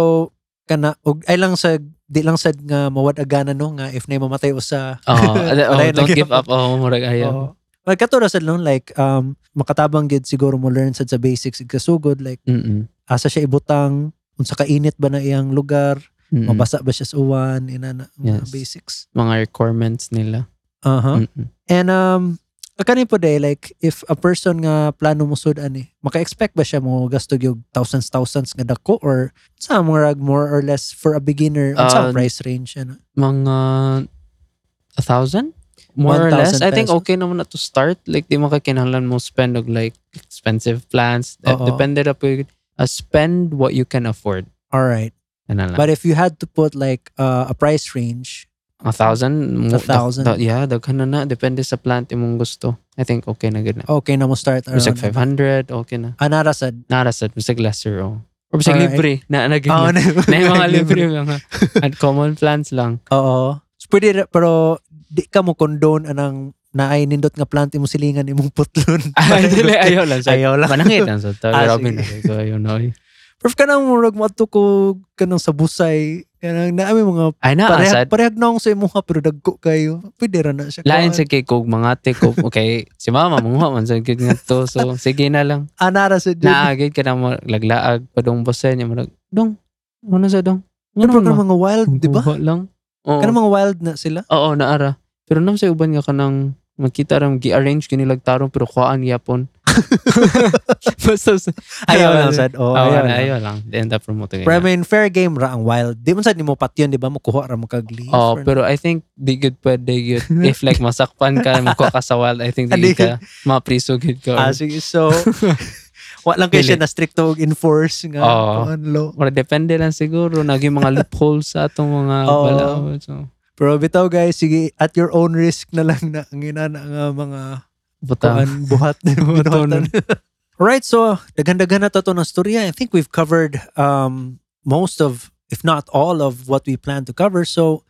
Speaker 1: kana og ay lang sa di lang sad nga mawad agana no nga if na mamatay usa.
Speaker 2: oh,
Speaker 1: Wala yun,
Speaker 2: don't
Speaker 1: lagi
Speaker 2: give
Speaker 1: ako-
Speaker 2: up. Oh, murag ayaw.
Speaker 1: Oo. Well, katulad sad no like um makatabang gid siguro mo learn sad sa basics kasugod like
Speaker 2: Mm-mm.
Speaker 1: asa siya ibutang unsa ka init ba na iyang lugar
Speaker 2: Mm-mm.
Speaker 1: mabasa ba siya sa uwan ina na mga
Speaker 2: Mm. Yes.
Speaker 1: basics.
Speaker 2: Mga requirements nila.
Speaker 1: Aha.
Speaker 2: Mm-mm.
Speaker 1: And um kani po day like if a person nga plano mo sud ani maka-expect ba siya mo gastog yung thousands thousands nga dako or sa mga rag more or less for a beginner unsa ang
Speaker 2: Um,
Speaker 1: price range ano?
Speaker 2: Mga a thousand? More or less.
Speaker 1: 1,000
Speaker 2: I think
Speaker 1: pesos.
Speaker 2: okay naman na to start. Like, di mo kakinahanglan mo spend og like expensive plans.
Speaker 1: Oo.
Speaker 2: Depende ra po. yun. Uh, spend what you can afford.
Speaker 1: All right.
Speaker 2: Yan na lang.
Speaker 1: But if you had to put like uh, a price range,
Speaker 2: A thousand?
Speaker 1: A
Speaker 2: mo- dag-
Speaker 1: thousand.
Speaker 2: dag- yeah, daghan na na. Depende sa plant imong gusto. I think okay na gud na.
Speaker 1: okay na mo start around.
Speaker 2: Bisag 500, okay na.
Speaker 1: Anara sad.
Speaker 2: Nara sa bisag lesser oh. Or bisag
Speaker 1: Alright.
Speaker 2: libre na na gid
Speaker 1: Oo,
Speaker 2: na.
Speaker 1: na
Speaker 2: Na yung mga libre mga uncommon plants lang.
Speaker 1: Oo. So, pwede ra- pero di ka mo condone anang naay nindot nga plant imong silingan imong putlon.
Speaker 2: Ay, dili, ayaw lang. Sorry.
Speaker 1: Ayaw lang.
Speaker 2: Manangit lang sa tao.
Speaker 1: Ah,
Speaker 2: Grabe
Speaker 1: sige.
Speaker 2: na. So, Ayaw na. oy.
Speaker 1: Prof, kanang murag matukog kanang sa busay. Kanang naami mga
Speaker 2: Ay na,
Speaker 1: parehag,
Speaker 2: asad.
Speaker 1: parehag na akong sa imuha pero dagko kayo. Pwede ra na siya.
Speaker 2: Lain
Speaker 1: Kuhaan.
Speaker 2: sa kay kog mga ate ko. Okay, si mama manguha man sa gid nga to. So sige na lang.
Speaker 1: Anara sa dyan.
Speaker 2: Naagid ka na mo laglaag padong basen yung murag dong. Ano sa dong?
Speaker 1: Yung
Speaker 2: Ano man ma?
Speaker 1: mga wild, di ba?
Speaker 2: Guba lang. Oo.
Speaker 1: Kanang mga wild na sila.
Speaker 2: Oo, naara. Pero nam sa uban nga kanang makita ram gi-arrange kini lagtarong pero kuhaan yapon. Basta sa-
Speaker 1: Ayaw lang sad. Oh,
Speaker 2: Oo,
Speaker 1: ayaw
Speaker 2: na,
Speaker 1: lang.
Speaker 2: ayaw lang. End up promoting.
Speaker 1: Pero I mean, fair game ra ang wild. Di man sad nimo patyon, di ba? Makuha ra mo kag leaves
Speaker 2: Oh,
Speaker 1: or-
Speaker 2: pero I think di good pwede good. If like masakpan ka, makuha ka sa wild, I think di good ka mapriso good ka.
Speaker 1: Ah,
Speaker 2: Or,
Speaker 1: sige. So, wa lang kayo siya
Speaker 2: Dili.
Speaker 1: na stricto og enforce nga. ano.
Speaker 2: Oo.
Speaker 1: kuhaan lo.
Speaker 2: or depende lang siguro. Naging mga loopholes sa atong mga
Speaker 1: Oo.
Speaker 2: balaod. So,
Speaker 1: Pero bitaw guys, sige, at your own risk na lang na ang ina na nga mga
Speaker 2: butang.
Speaker 1: kuan buhat na binuhatan. Alright, so daghan-daghan na to to ng storya. I think we've covered um, most of, if not all of what we plan to cover. So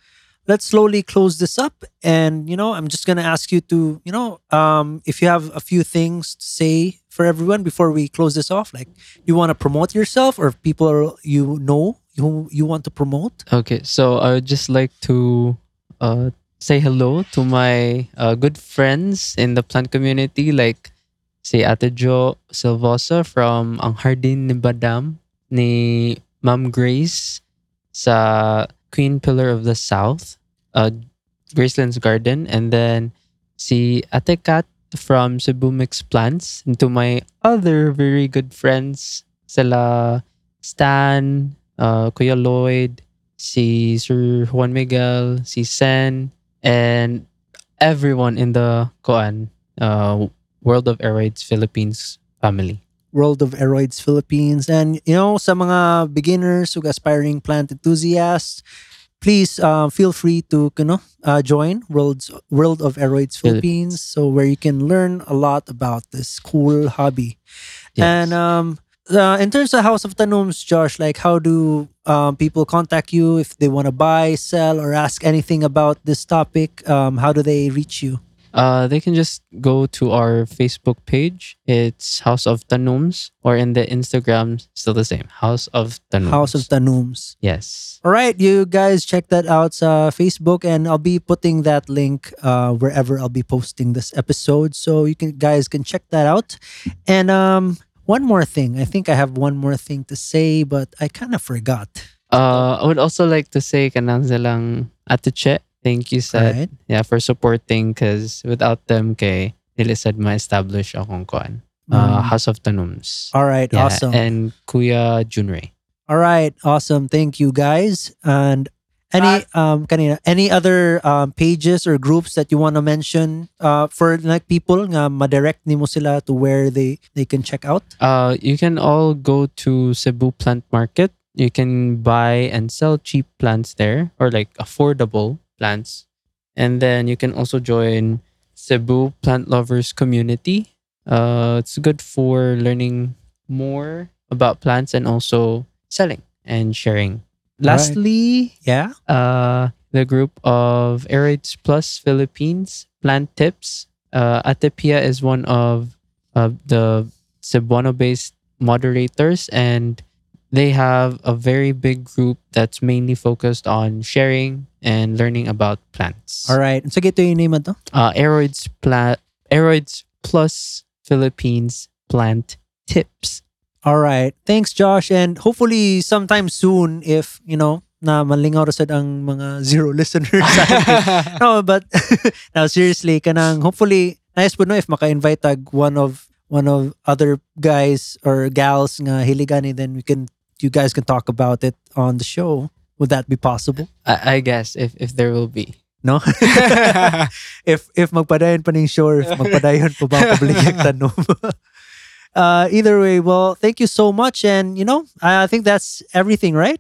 Speaker 1: let's slowly close this up. And, you know, I'm just going to ask you to, you know, um, if you have a few things to say for everyone before we close this off, like you want to promote yourself or people are, you know who you want to promote?
Speaker 2: Okay, so I would just like to uh, say hello to my uh, good friends in the plant community, like si Ate Jo Silvosa from Ang Hardin ni Badam, ni Ma'am Grace sa Queen Pillar of the South, uh, Graceland's Garden, and then si Ate Kat from Cebu Mix Plants, and to my other very good friends, sila Stan, uh, Kuya Lloyd, si Sir Juan Miguel, si Sen, and everyone in the Koan uh, World of Airways Philippines family.
Speaker 1: World of Aeroids Philippines. And, you know, sa mga beginners ug aspiring plant enthusiasts, please uh, feel free to you know, uh, join World's, World of Aeroids Philippines, so where you can learn a lot about this cool hobby. And um, uh, in terms of House of Tanums, Josh, like how do um, people contact you if they want to buy, sell, or ask anything about this topic? Um, how do they reach you?
Speaker 2: Uh, they can just go to our Facebook page. It's House of Tanums, or in the Instagram, still the same. House of Tanums.
Speaker 1: House of Tanums.
Speaker 2: Yes.
Speaker 1: All right, you guys check that out sa Facebook, and I'll be putting that link uh, wherever I'll be posting this episode, so you can guys can check that out. And um, one more thing, I think I have one more thing to say, but I kind of forgot.
Speaker 2: Uh, I would also like to say kanang silang Ate Che, thank you sa
Speaker 1: Right?
Speaker 2: yeah for supporting because without them kay nila sad ma-establish akong kuan. uh,
Speaker 1: Mm.
Speaker 2: House of Tanums.
Speaker 1: All right,
Speaker 2: Yeah,
Speaker 1: awesome.
Speaker 2: And Kuya Junrei.
Speaker 1: All right, awesome. Thank you guys. And any um kanina, any other um, pages or groups that you want to mention uh, for like people nga madirect nimo sila to where they they can check out?
Speaker 2: Uh, you can all go to Cebu Plant Market. You can buy and sell cheap plants there or like affordable plants. And then you can also join Cebu Plant Lovers Community. Uh, it's good for learning more about plants and also selling and sharing.
Speaker 1: Right.
Speaker 2: Lastly,
Speaker 1: Yeah.
Speaker 2: uh, the group of Aerates Plus Philippines Plant Tips. Uh, Atepia is one of uh, the Cebuano based moderators, and they have a very big group that's mainly focused on sharing and learning about plants.
Speaker 1: All right. Sige, ito yung name na to.
Speaker 2: Uh, Aeroids, pla- Aeroids Plus Philippines Plant Tips.
Speaker 1: All right. Thanks, Josh. And hopefully sometime soon if, you know, na malingaw ra sad ang mga zero listeners. no, but now seriously, kanang hopefully nice po no if maka-invite tag one of one of other guys or gals nga hiligani then we can you guys can talk about it on the show. Would that be possible?
Speaker 2: I-, I guess if, if there will be.
Speaker 1: No? if if magpadayon pa ning sure, if magpadayon pa ba ang publikang tanong. uh, either way, well, thank you so much, and you know, I, I think that's everything, right?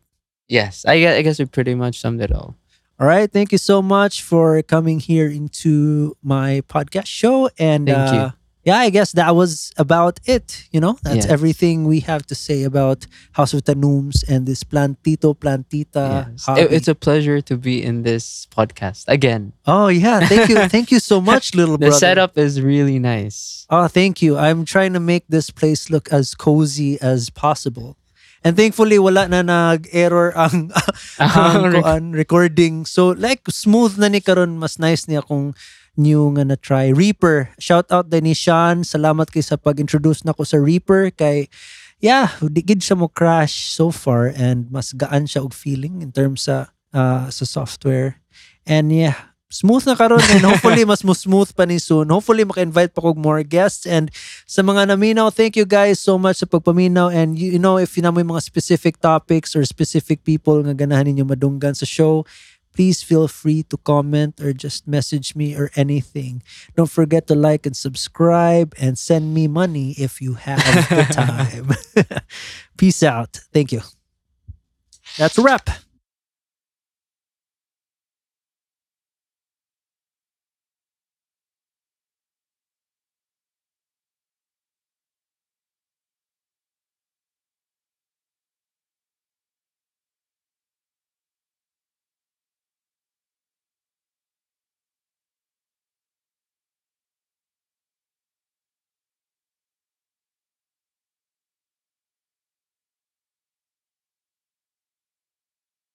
Speaker 2: yes, I guess, I guess we pretty much summed it all.
Speaker 1: All right, thank you so much for coming here into my podcast show, and
Speaker 2: Thank you.
Speaker 1: uh, yeah, I guess that was about it. You know, that's
Speaker 2: Yeah.
Speaker 1: everything we have to say about House of Tanums and this plantito plantita.
Speaker 2: Yes.
Speaker 1: hobby.
Speaker 2: It- it's a pleasure to be in this podcast again.
Speaker 1: oh yeah, thank you, thank you so much, little
Speaker 2: The
Speaker 1: brother.
Speaker 2: setup is really nice.
Speaker 1: Ah, Oh, thank you. I'm trying to make this place look as cozy as possible. And thankfully, wala na nag-error ang, ang
Speaker 2: Ang rec-
Speaker 1: kuan, recording. So like smooth na ni karon mas nice niya kung new nga na try Reaper. Shout out din ni Sean. Salamat kay sa pag-introduce nako sa Reaper kay yeah, di gid siya mo crash so far and mas gaan siya og feeling in terms sa ah, sa software. And yeah, smooth na karon and hopefully mas mo smooth pa ni soon. Hopefully maka-invite pa kog more guests and sa mga naminaw, thank you guys so much sa pagpaminaw and you, you know if yun na mo yung mga specific topics or specific people nga ganahan ninyo madunggan sa show, please feel free to comment or just message me or anything. Don't forget to like and subscribe and send me money if you have the time. Peace out. Thank you. That's a wrap.